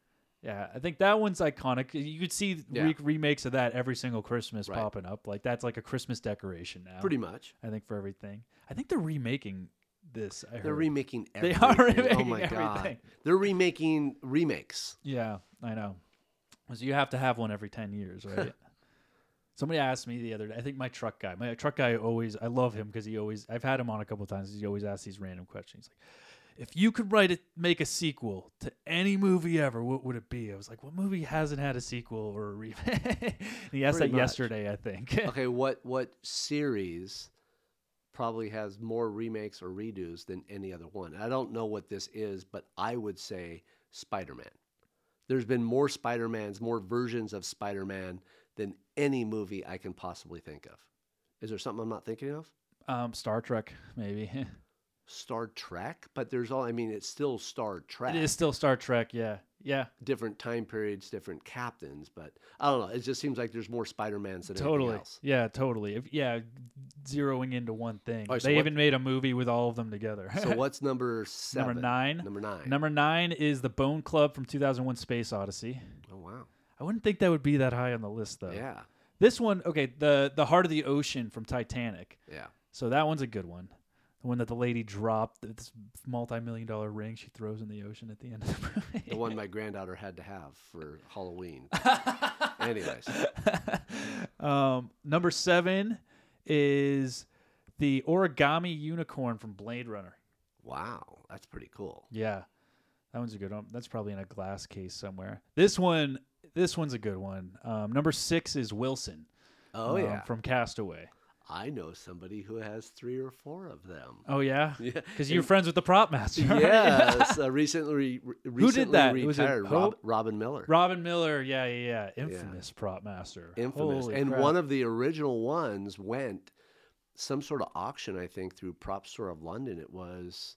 Yeah, I think that one's iconic. You could see Yeah. re- remakes of that every single Christmas Right. popping up. Like that's like a Christmas decoration now. Pretty much. I think for everything. I think they're remaking this. I They're heard. remaking [LAUGHS] They everything. are oh, remaking my God. everything. They're remaking remakes. Yeah, I know. So you have to have one every ten years, [LAUGHS] right? Somebody asked me the other day. I think my truck guy, my truck guy, always. I love him because he always. I've had him on a couple times. He always asks these random questions. He's like, if you could write it, make a sequel to any movie ever, what would it be? I was like, what movie hasn't had a sequel or a remake? [LAUGHS] And he asked that Pretty much. yesterday, I [LAUGHS] think. [LAUGHS] Okay, what, what series probably has more remakes or redos than any other one? I don't know what this is, but I would say Spider Man. There's been more Spider Mans, more versions of Spider Man than any movie I can possibly think of. Is there something I'm not thinking of? um, Star Trek, maybe. [LAUGHS] Star Trek, but there's all, I mean, it's still Star Trek. it is still Star Trek. Yeah, yeah, different time periods, different captains, but I don't know. It just seems like there's more Spider Mans than totally. anything else. Yeah, totally. If, yeah, zeroing into one thing. All right, so they what- even made a movie with all of them together. [LAUGHS] So what's number seven? nine? Number nine. Number nine is the Bone Club from 2001: Space Odyssey. Oh wow. I wouldn't think that would be that high on the list, though. Yeah. This one, okay, the the Heart of the Ocean from Titanic. Yeah. So that one's a good one. The one that the lady dropped, this multi-million dollar ring she throws in the ocean at the end of the movie. The one my granddaughter had to have for Halloween. Anyways, [LAUGHS] um, number seven is the origami unicorn from Blade Runner. wow, that's pretty cool. Yeah, that one's a good one. That's probably in a glass case somewhere. This one, this one's a good one. Um, number six is Wilson. Oh um, yeah. from Castaway. I know somebody who has three or four of them. [LAUGHS] Oh yeah, Yeah. because you're friends with the prop master. [LAUGHS] right? yes, [LAUGHS] uh, recently, re- recently that? Was it retired Rob, Pope? Robin Miller. Robin Miller. Yeah, yeah, yeah. Infamous prop master. infamous. Holy and crap. one of the original ones went some sort of auction, I think, through Prop Store of London. It was,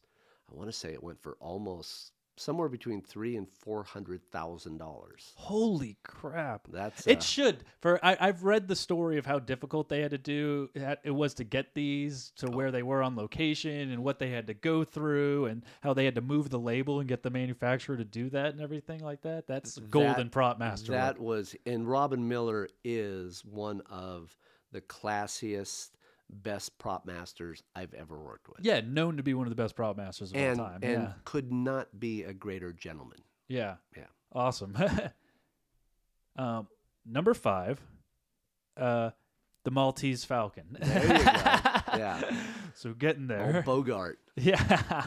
I want to say, it went for almost somewhere between three and four hundred thousand dollars. Holy crap. That's uh, It should. For I, I've read the story of how difficult they had to do had- it was to get these Oh. to where they were on location and what they had to go through and how they had to move the label and get the manufacturer to do that and everything like that. That's golden that- prop master. work. That was, and Robin Miller is one of the classiest, best prop masters I've ever worked with. yeah, known to be one of the best prop masters of and all time. and could not be a greater gentleman. yeah, yeah, yeah. awesome. [LAUGHS] um, number five, uh, the Maltese Falcon. There you go. [LAUGHS] yeah, Oh, so getting there. [LAUGHS] old Bogart. Yeah.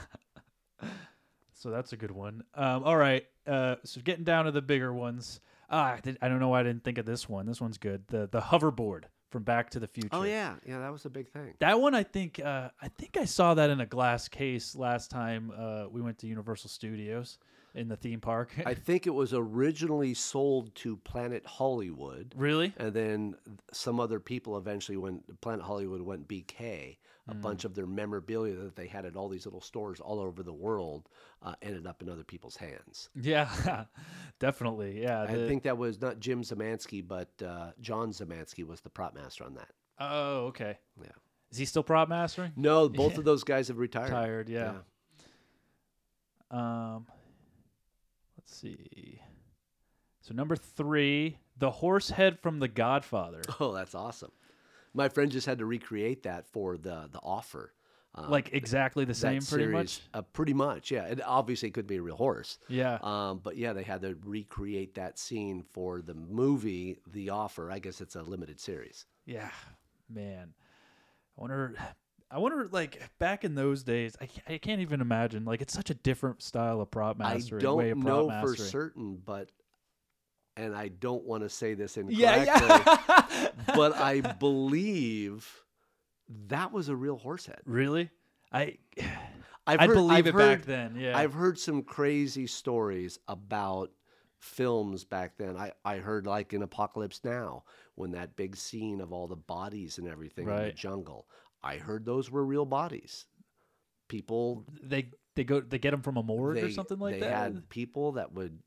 so that's a good one. Um, all right. Uh, so getting down to the bigger ones. Ah, I, did, I don't know why I didn't think of this one. This one's good. The the hoverboard from Back to the Future. Oh yeah, yeah, that was a big thing. That one, I think, uh, I think I saw that in a glass case last time uh, we went to Universal Studios in the theme park. I think it was originally sold to Planet Hollywood, [LAUGHS] really? and then some other people eventually went. Planet Hollywood went BK. A Mm. bunch of their memorabilia that they had at all these little stores all over the world uh, ended up in other people's hands. Yeah, [LAUGHS] definitely. Yeah. I the- think that was not Jim Zemansky, but uh, John Zemansky was the prop master on that. oh, okay. Yeah. Is he still prop mastering? No, both of those guys have retired. Tired. yeah. Um, let's see. So number three, the horse head from The Godfather, Oh, that's awesome. My friend just had to recreate that for the the offer. Um, like exactly the same, that pretty series, much. Uh, pretty much, yeah. It obviously could be a real horse. Yeah, Um, but yeah, they had to recreate that scene for the movie The Offer. I guess it's a limited series. yeah, man. I wonder. I wonder, like back in those days, I, ca- I can't even imagine. Like it's such a different style of prop mastery. I way don't of prop know mastering. for certain, but and I don't want to say this incorrectly, Yeah, yeah. but I believe that was a real horse head. [LAUGHS] really? I I've I believe I've it back then. Yeah. I've heard some crazy stories about films back then. I, I heard like in Apocalypse Now when that big scene of all the bodies and everything in the Right. jungle. I heard those were real bodies. People they they go they get them from a morgue they, or something like they that. had people that would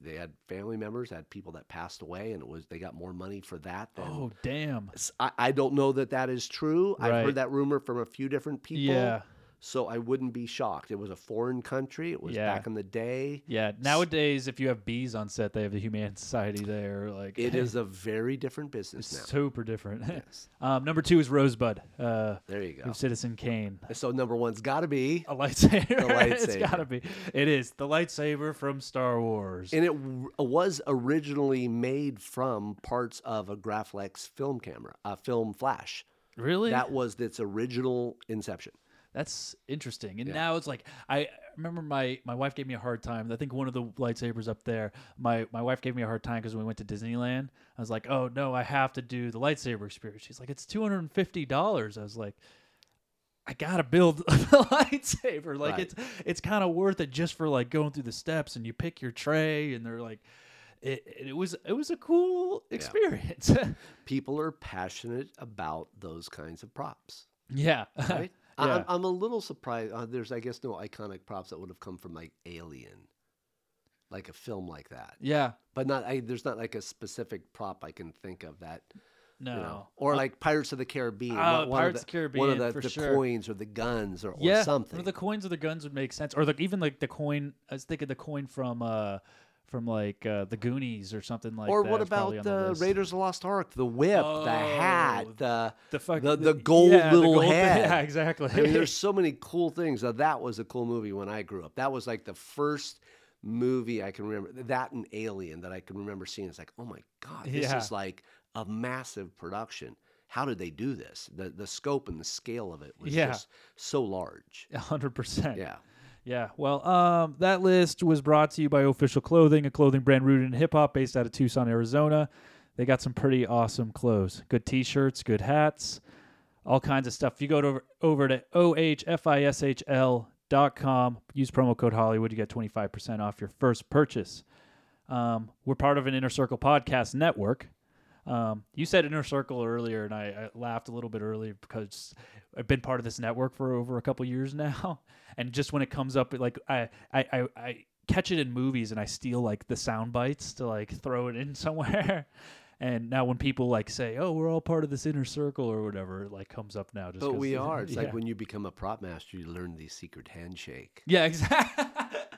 they had family members, had people that passed away and it was they got more money for that than oh damn. S- I, I don't know that that is true. I've Right. heard that rumor from a few different people. Yeah. So I wouldn't be shocked. It was a foreign country. It was Yeah. back in the [LAUGHS] day. Yeah, nowadays if you have bees on set, they have the Humane Society there. Like It is a very different it's business now. super different. [LAUGHS] Yes. um, number two is Rosebud. Uh, There you go. of Citizen Kane. So number one's got to be, [LAUGHS] A lightsaber. [LAUGHS] it's lightsaber. gotta be. It is the lightsaber from Star Wars. and it w- was originally made from parts of a Graflex film camera, a film flash. really? That was its original inception. That's interesting. And now it's like I I remember my my wife gave me a hard time. I think one of the lightsabers up there. My my wife gave me a hard time because when we went to Disneyland, I was like, "Oh no, I have to do the lightsaber experience." She's like, "It's two hundred and fifty dollars." I was like. I gotta build [LAUGHS] a lightsaber. Like Right. it's it's kind of worth it just for like going through the steps and you pick your tray and they're like, it, it was it was a cool experience. [LAUGHS] People are passionate about those kinds of props. yeah, [LAUGHS] right? I, yeah. I'm, I'm a little surprised. Uh, there's, I guess, no iconic props that would have come from like Alien, like a film like that. [LAUGHS] yeah. But not, I, there's not like a specific prop I can think of that, No, you know, or like Pirates of the Caribbean. Oh, one- one Pirates of of the, the One of Caribbean, the, for the sure. coins or the guns or, or yeah, something. Or the coins or the guns would make sense, or the, even like the coin. I was thinking the coin from uh from like uh, the Goonies or something like. or that what is probably about on the, the, list. Raiders of the Lost Ark? The whip, the hat, Oh, the The fuck, the, the gold yeah, the little gold- [LAUGHS] head. Yeah, exactly. I [LAUGHS] mean, there's so many cool things. Now, that was a cool movie when I grew up. That was like the first movie I can remember. That and Alien that I can remember seeing. It's like, oh my god, this Yeah. is like a massive production. How did they do this? The the scope and the scale of it was Yeah. just so large. hundred percent. Yeah. Yeah. Well, um, that list was brought to you by Official Clothing, a clothing brand rooted in hip hop based out of Tucson, Arizona. They got some pretty awesome clothes. Good t shirts, good hats. all kinds of stuff. If you go to, over to ohfishl.com, use promo code Hollywood, you get 25% off your first purchase. Um, we're part of an Inner Circle podcast network. Um, you said Inner Circle earlier, and I, I laughed a little bit earlier because I've been part of this network for over a couple years now, [LAUGHS] and just when it comes up, it, like I, I, I, I catch it in movies, and I steal like the sound bites to like [LAUGHS] throw it in somewhere. [LAUGHS] And now when people like say, "Oh, we're all part of this Inner Circle" or whatever, it like comes up now. Just But 'cause- we are. It's Yeah. like when you become a prop master, you learn the secret handshake. [LAUGHS] yeah, exactly.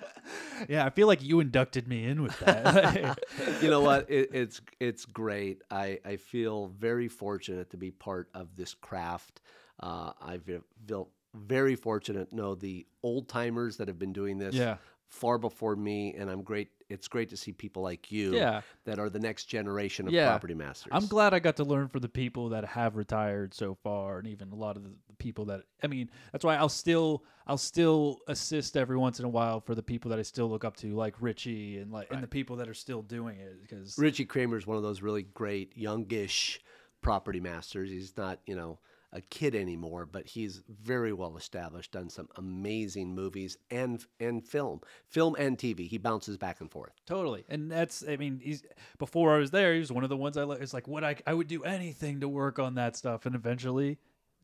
[LAUGHS] yeah, I feel like you inducted me in with [LAUGHS] that. you know what? It, it's it's great. I, I feel very fortunate to be part of this craft. Uh, I've felt very fortunate. to Know the old timers that have been doing this Yeah. far before me, and I'm great. It's great to see people like you Yeah. that are the next generation of Yeah. property masters. I'm glad I got to learn from the people that have retired so far, and even a lot of the people that I mean. That's why I'll still I'll still assist every once in a while for the people that I still look up to, like Richie, and like and the people that are still doing it because Richie Kramer is one of those really great youngish property masters. He's not, you know, a kid anymore, but he's very well established, done some amazing movies and and film, film and TV. He bounces back and forth. Totally, and that's I mean, he's before I was there, he was one of the ones I like. It's like what I I would do anything to work on that stuff, and eventually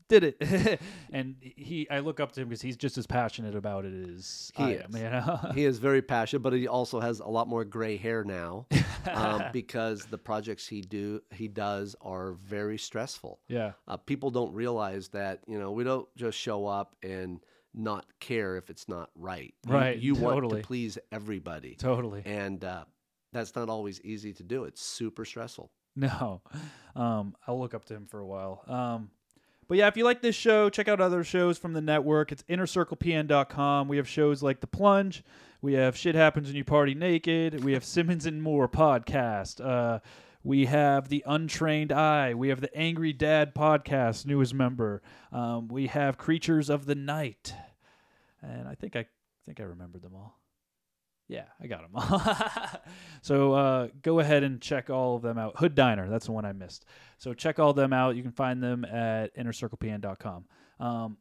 did it. [LAUGHS] and he, I look up to him because he's just as passionate about it as He I is. am. You know, [LAUGHS] He is very passionate, but he also has a lot more gray hair [LAUGHS] now um, because the projects he do he does are very stressful. yeah, Uh, people don't realize that you know we don't just show up and not care if it's not right. You- Right, You, want totally. to please everybody. totally. and uh, that's not always easy to do. It's super stressful. [LAUGHS] No. Um, I'll look up to him for a while. Um, but yeah, if you like this show, check out other shows from the network. It's innercirclepn.com. We have shows like The Plunge. We have Shit Happens When You Party Naked. We have Simmons and More podcast. Uh, we have The Untrained Eye. We have the Angry Dad podcast, newest member. Um, we have Creatures of the Night. And I think I think I remembered them all. Yeah, I got them all. [LAUGHS] so uh, go ahead and check all of them out. Hood Diner, that's the one I missed. So check all them out. You can find them at innercirclepn.com. Um,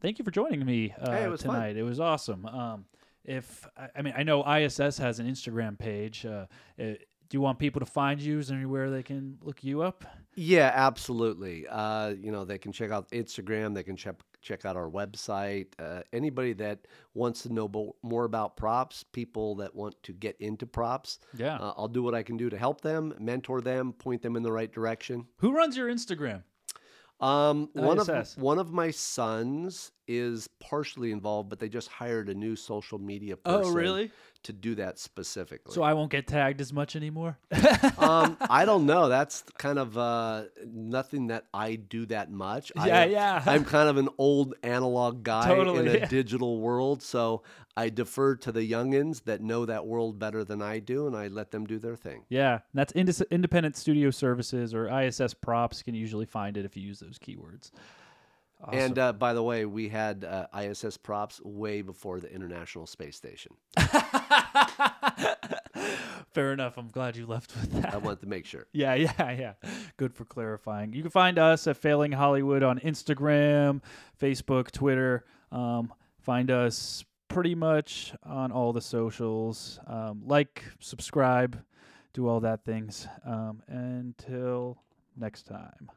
thank you for joining me uh, Hey, it was fun. tonight. It was awesome. Um, if I, I mean, I know ISS has an Instagram page. Uh, it, do you want people to find you? Is there anywhere they can look you up? Yeah, absolutely. Uh, you know, they can check out Instagram. They can check check out our website. Uh, anybody that wants to know bo- more about props, people that want to get into props, Yeah. uh, I'll do what I can do to help them, mentor them, point them in the right direction. Who runs your Instagram? Um, one ISS. of one of my sons is partially involved, but they just hired a new social media person. To do that specifically. So I won't get tagged as much anymore. um, I don't know. That's kind of uh, nothing that I do that much. I, Yeah, am- yeah. I'm kind of an old analog guy in Totally, a yeah. digital world, so I defer to the youngins that know that world better than I do, and I let them do their thing. Yeah, and that's Indis- Independent Studio Services or ISS Props. You can usually find it if you use those keywords. And uh, by the way, we had uh, ISS props way before the International Space Station. [LAUGHS] Fair enough. I'm glad you left with that. I wanted to make sure. Yeah, [LAUGHS] yeah, yeah. Good for clarifying. You can find us at Failing Hollywood on Instagram, Facebook, Twitter. Um, find us pretty much on all the socials. Um, like, subscribe, do all that things. Um, until next time.